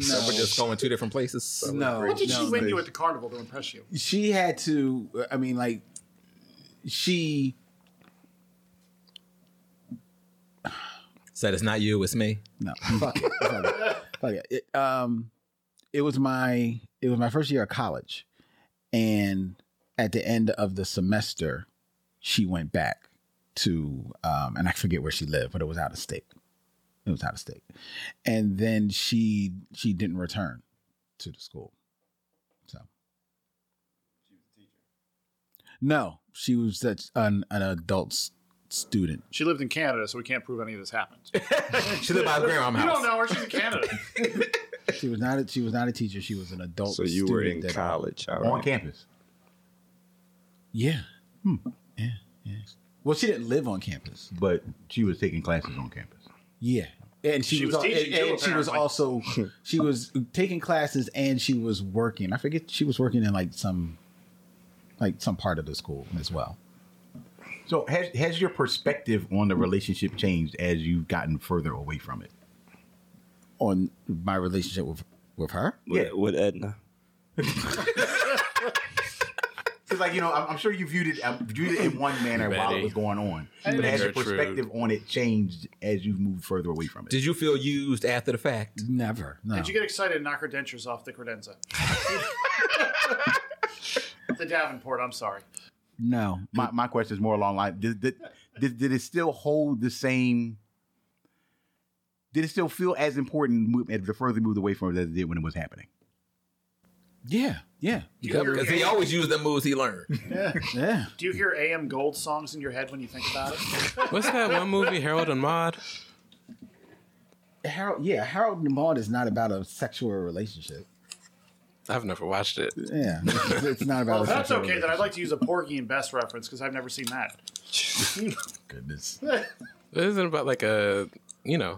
[SPEAKER 5] So we're just going two different places.
[SPEAKER 1] No,
[SPEAKER 3] What did she
[SPEAKER 1] no,
[SPEAKER 3] win you at the carnival to impress you?
[SPEAKER 1] she had to i mean like she
[SPEAKER 5] Said it's not you, it's me.
[SPEAKER 1] no fuck it, fuck it, fuck it. It, um it was my it was my first year of college and at the end of the semester she went back to um and i forget where she lived but it was out of state it was out of state and then she she didn't return to the school so no she was such an, an adult s- student
[SPEAKER 3] She lived in Canada, so we can't prove any of this happened.
[SPEAKER 5] She lived by the grandma's
[SPEAKER 3] You
[SPEAKER 5] house.
[SPEAKER 3] don't know her. She's in Canada.
[SPEAKER 1] She was not. A, she was not a teacher. She was an adult.
[SPEAKER 4] So you were in
[SPEAKER 1] student that-
[SPEAKER 4] college, all
[SPEAKER 2] On
[SPEAKER 4] right.
[SPEAKER 2] campus.
[SPEAKER 1] Yeah. Yeah. Yeah. Hmm. Well, she didn't live on campus.
[SPEAKER 2] But she was taking classes on campus.
[SPEAKER 1] Yeah. And she,
[SPEAKER 3] She
[SPEAKER 1] was,
[SPEAKER 3] was
[SPEAKER 1] al-
[SPEAKER 3] teaching
[SPEAKER 1] and-
[SPEAKER 3] too,
[SPEAKER 1] and she was
[SPEAKER 3] apparently.
[SPEAKER 1] also she was taking classes and she was working. I forget she was working in like some like some part of the school as well.
[SPEAKER 2] So has has your perspective on the relationship changed as you've gotten further away from it?
[SPEAKER 1] On my relationship with with her.
[SPEAKER 4] With, with Edna.
[SPEAKER 2] Because like you know, I'm, I'm sure you viewed it um, viewed it in one manner while it
[SPEAKER 6] Betty.
[SPEAKER 2] was going on, but has your
[SPEAKER 6] Gertrude.
[SPEAKER 2] perspective on it changed as you've moved further away from it?
[SPEAKER 5] Did you feel used after the fact?
[SPEAKER 1] Never. No.
[SPEAKER 4] Oh.
[SPEAKER 3] Did you get excited and knock her dentures off the credenza? the Davenport. I'm sorry.
[SPEAKER 1] no.
[SPEAKER 2] my, my question is more along like did, did, did, did it still hold the same did it still feel as important mo- as the further moved away from it as it did when it was happening
[SPEAKER 1] Yeah. Yeah.
[SPEAKER 5] Because he always used the moves he learned.
[SPEAKER 1] Yeah.
[SPEAKER 3] Do you hear AM Gold songs in your head when you think about it?
[SPEAKER 6] what's that one movie harold and maude
[SPEAKER 1] Harold. Yeah. Harold and Maude is not about a sexual relationship.
[SPEAKER 6] i've never watched it
[SPEAKER 1] Yeah. It's, it's not about.
[SPEAKER 3] Well,
[SPEAKER 4] Oh,
[SPEAKER 1] a
[SPEAKER 3] if that's
[SPEAKER 1] sexual
[SPEAKER 3] okay, then I'd like to use a Porgy and Bess reference because I've never seen that.
[SPEAKER 2] goodness
[SPEAKER 6] This isn't about like a you know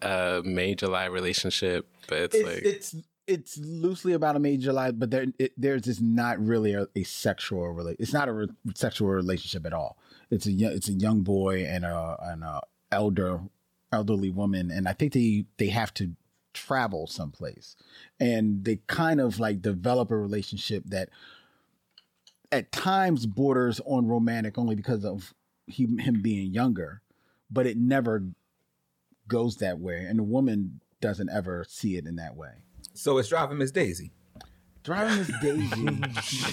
[SPEAKER 6] a a May July relationship, but it's,
[SPEAKER 1] It's,
[SPEAKER 6] like
[SPEAKER 1] it's it's loosely about a May July, but there it, there's just not really a, a sexual relate. It's not a re- sexual relationship at all. It's a yo- it's a young boy and a and a elder elderly woman, and I think they they have to travel someplace, and they kind of like develop a relationship that at times borders on romantic only because of he, him being younger, but it never goes that way, and the woman doesn't ever see it in that way.
[SPEAKER 5] So it's driving Miss Daisy.
[SPEAKER 1] Driving Miss Daisy.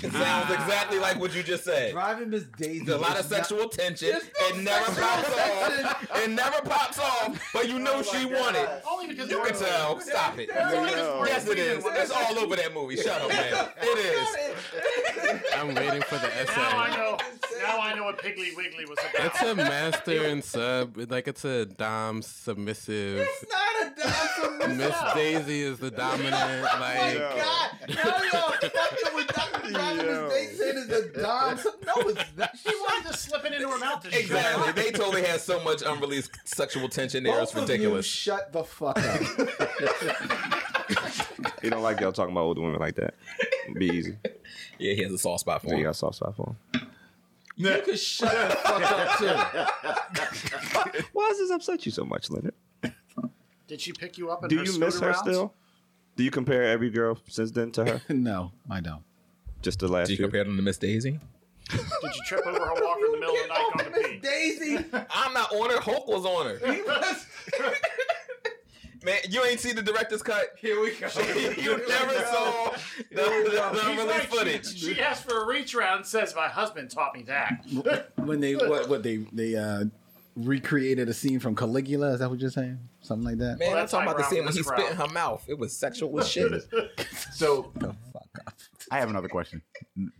[SPEAKER 5] It sounds exactly like what you just said.
[SPEAKER 1] Driving Miss Daisy.
[SPEAKER 5] There's a lot of
[SPEAKER 1] is not-
[SPEAKER 5] sexual tension. it never pops off. It never pops off. But you know she wanted.
[SPEAKER 3] Only because
[SPEAKER 5] You can tell. Stop it. Yes, it is. It's all over that movie. Shut up, man. It is.
[SPEAKER 6] I'm waiting for the
[SPEAKER 3] Now I
[SPEAKER 6] essay.
[SPEAKER 3] know. Now I know what Piggly Wiggly was about.
[SPEAKER 6] It's a master and sub, like it's a dom submissive.
[SPEAKER 7] not a dom
[SPEAKER 6] Miss Daisy is the dominant, like
[SPEAKER 7] my God, now y'all fucking with Dr. Diamond They said it's a dom. No, it's not. She
[SPEAKER 3] She wanted to slip it into her mouth. to
[SPEAKER 5] Exactly. They totally had so much unreleased sexual tension there. It's
[SPEAKER 7] Both of You
[SPEAKER 5] ridiculous.
[SPEAKER 7] shut the fuck up.
[SPEAKER 4] You don't like y'all talking about older women like that. Be easy.
[SPEAKER 5] Yeah, he has a soft spot for
[SPEAKER 4] Then you
[SPEAKER 5] him.
[SPEAKER 4] got a soft spot for 'em.
[SPEAKER 7] you can shut the fuck up too.
[SPEAKER 4] Why does this upset you so much, Leonard?
[SPEAKER 3] Did she pick you up? In
[SPEAKER 4] Do
[SPEAKER 3] her
[SPEAKER 4] you miss
[SPEAKER 3] scooter
[SPEAKER 4] her
[SPEAKER 3] rounds?
[SPEAKER 4] still? Do you compare every girl since then to her?
[SPEAKER 1] No, I don't.
[SPEAKER 4] Just the last
[SPEAKER 5] Did you
[SPEAKER 4] year?
[SPEAKER 5] compare them to Miss Daisy?
[SPEAKER 3] Did you trip over her walker in the middle of the night
[SPEAKER 7] Oh,
[SPEAKER 3] going to
[SPEAKER 7] Miss
[SPEAKER 3] pee?
[SPEAKER 7] Daisy.
[SPEAKER 5] I'm not on her. Hulk was on her. Man, you ain't see the director's cut. Here we go. you never saw the, the, the
[SPEAKER 3] She's
[SPEAKER 5] unreleased
[SPEAKER 3] right, she-
[SPEAKER 5] footage.
[SPEAKER 3] She, asked for a reach round and says, My husband taught me that.
[SPEAKER 1] When they what what they they uh recreated a scene from Caligula, is that what you're saying? Something like that.
[SPEAKER 3] Well,
[SPEAKER 5] Man, I'm
[SPEAKER 3] that's
[SPEAKER 5] talking about the
[SPEAKER 3] like
[SPEAKER 5] scene
[SPEAKER 3] Robin
[SPEAKER 5] when he
[SPEAKER 3] Sprout.
[SPEAKER 5] spit in her mouth. It was sexual as shit.
[SPEAKER 2] So
[SPEAKER 1] The fuck up.
[SPEAKER 2] I have another question.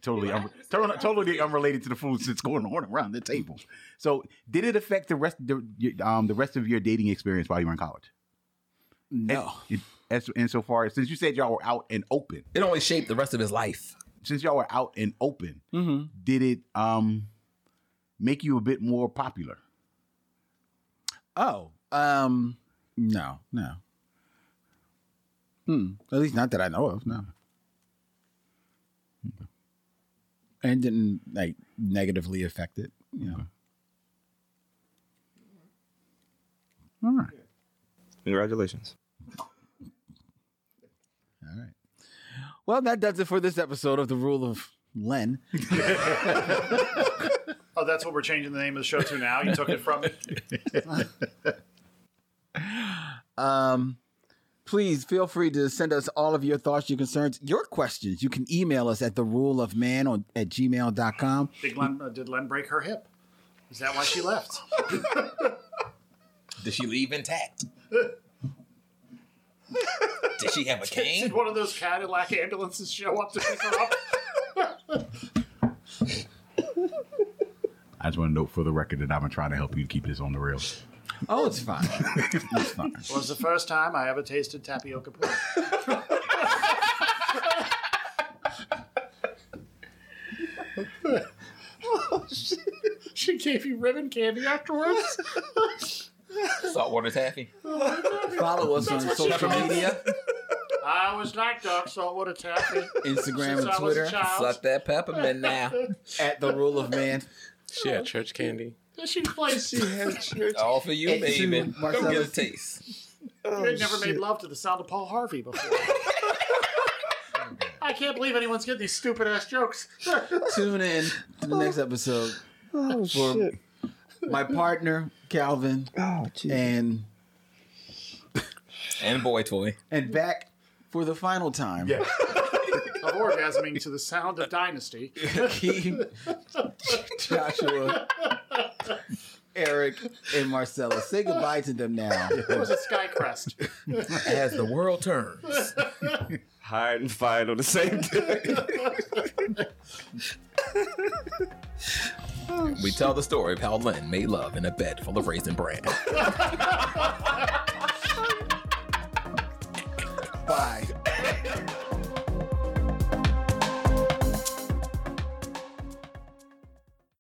[SPEAKER 2] Totally, un- totally, totally unrelated to the food that's going on around the table. So, did it affect the rest, the, um, the rest of your dating experience while you were in college?
[SPEAKER 1] No.
[SPEAKER 2] It, as insofar as since you said y'all were out and open,
[SPEAKER 5] It only shaped the rest of his life.
[SPEAKER 2] since y'all were out and open,
[SPEAKER 1] Mm-hmm.
[SPEAKER 2] did it um make you a bit more popular?
[SPEAKER 1] Oh. Um no, no. Hmm. At least not that I know of, no. And didn't like negatively affect it, you know.
[SPEAKER 2] All right.
[SPEAKER 4] Congratulations.
[SPEAKER 1] All right. Well, that does it for this episode of The Rule of Len.
[SPEAKER 3] Oh, that's what we're changing the name of the show to now. You took it from me.
[SPEAKER 1] Um, please feel free to send us all of your thoughts, your concerns, your questions. You can email us at the rule of man on at gmail.com.
[SPEAKER 3] Did Len, uh, did Len break her hip? Is that why she left?
[SPEAKER 5] Did she leave intact? Did she have a cane?
[SPEAKER 3] Did one of those Cadillac ambulances show up to pick her up?
[SPEAKER 2] I just want to note for the record that I've been trying to help you keep this on the rails.
[SPEAKER 1] Oh, it's fine. it's fine.
[SPEAKER 3] was the first time I ever tasted tapioca pudding. She gave you ribbon candy afterwards.
[SPEAKER 5] Saltwater taffy.
[SPEAKER 1] Follow us on social media,
[SPEAKER 3] I always like dark saltwater taffy.
[SPEAKER 1] Instagram
[SPEAKER 3] Since
[SPEAKER 1] and
[SPEAKER 3] I was a
[SPEAKER 1] Twitter
[SPEAKER 3] child,
[SPEAKER 5] Suck that peppermint now.
[SPEAKER 1] at the rule of man.
[SPEAKER 6] she had church candy.
[SPEAKER 3] she plays. She had,
[SPEAKER 5] All for you,
[SPEAKER 1] And to
[SPEAKER 5] baby. Go get a
[SPEAKER 1] Marcella's-
[SPEAKER 5] taste.
[SPEAKER 3] you had never made love to the sound of Paul Harvey before. I can't believe anyone's getting these stupid ass jokes.
[SPEAKER 1] Tune in to the next episode
[SPEAKER 4] Oh,
[SPEAKER 1] for my partner, Calvin,
[SPEAKER 4] Oh,
[SPEAKER 1] and
[SPEAKER 5] And boy toy.
[SPEAKER 1] and back for the final time.
[SPEAKER 3] of orgasming to the sound of Dynasty.
[SPEAKER 1] Keith, Joshua, Eric, and Marcella. Say goodbye to them now.
[SPEAKER 3] It was a sky crest.
[SPEAKER 5] As the world turns.
[SPEAKER 4] Hired and fired on the same day.
[SPEAKER 5] We tell the story of how Lynn made love in a bed full of raisin bran.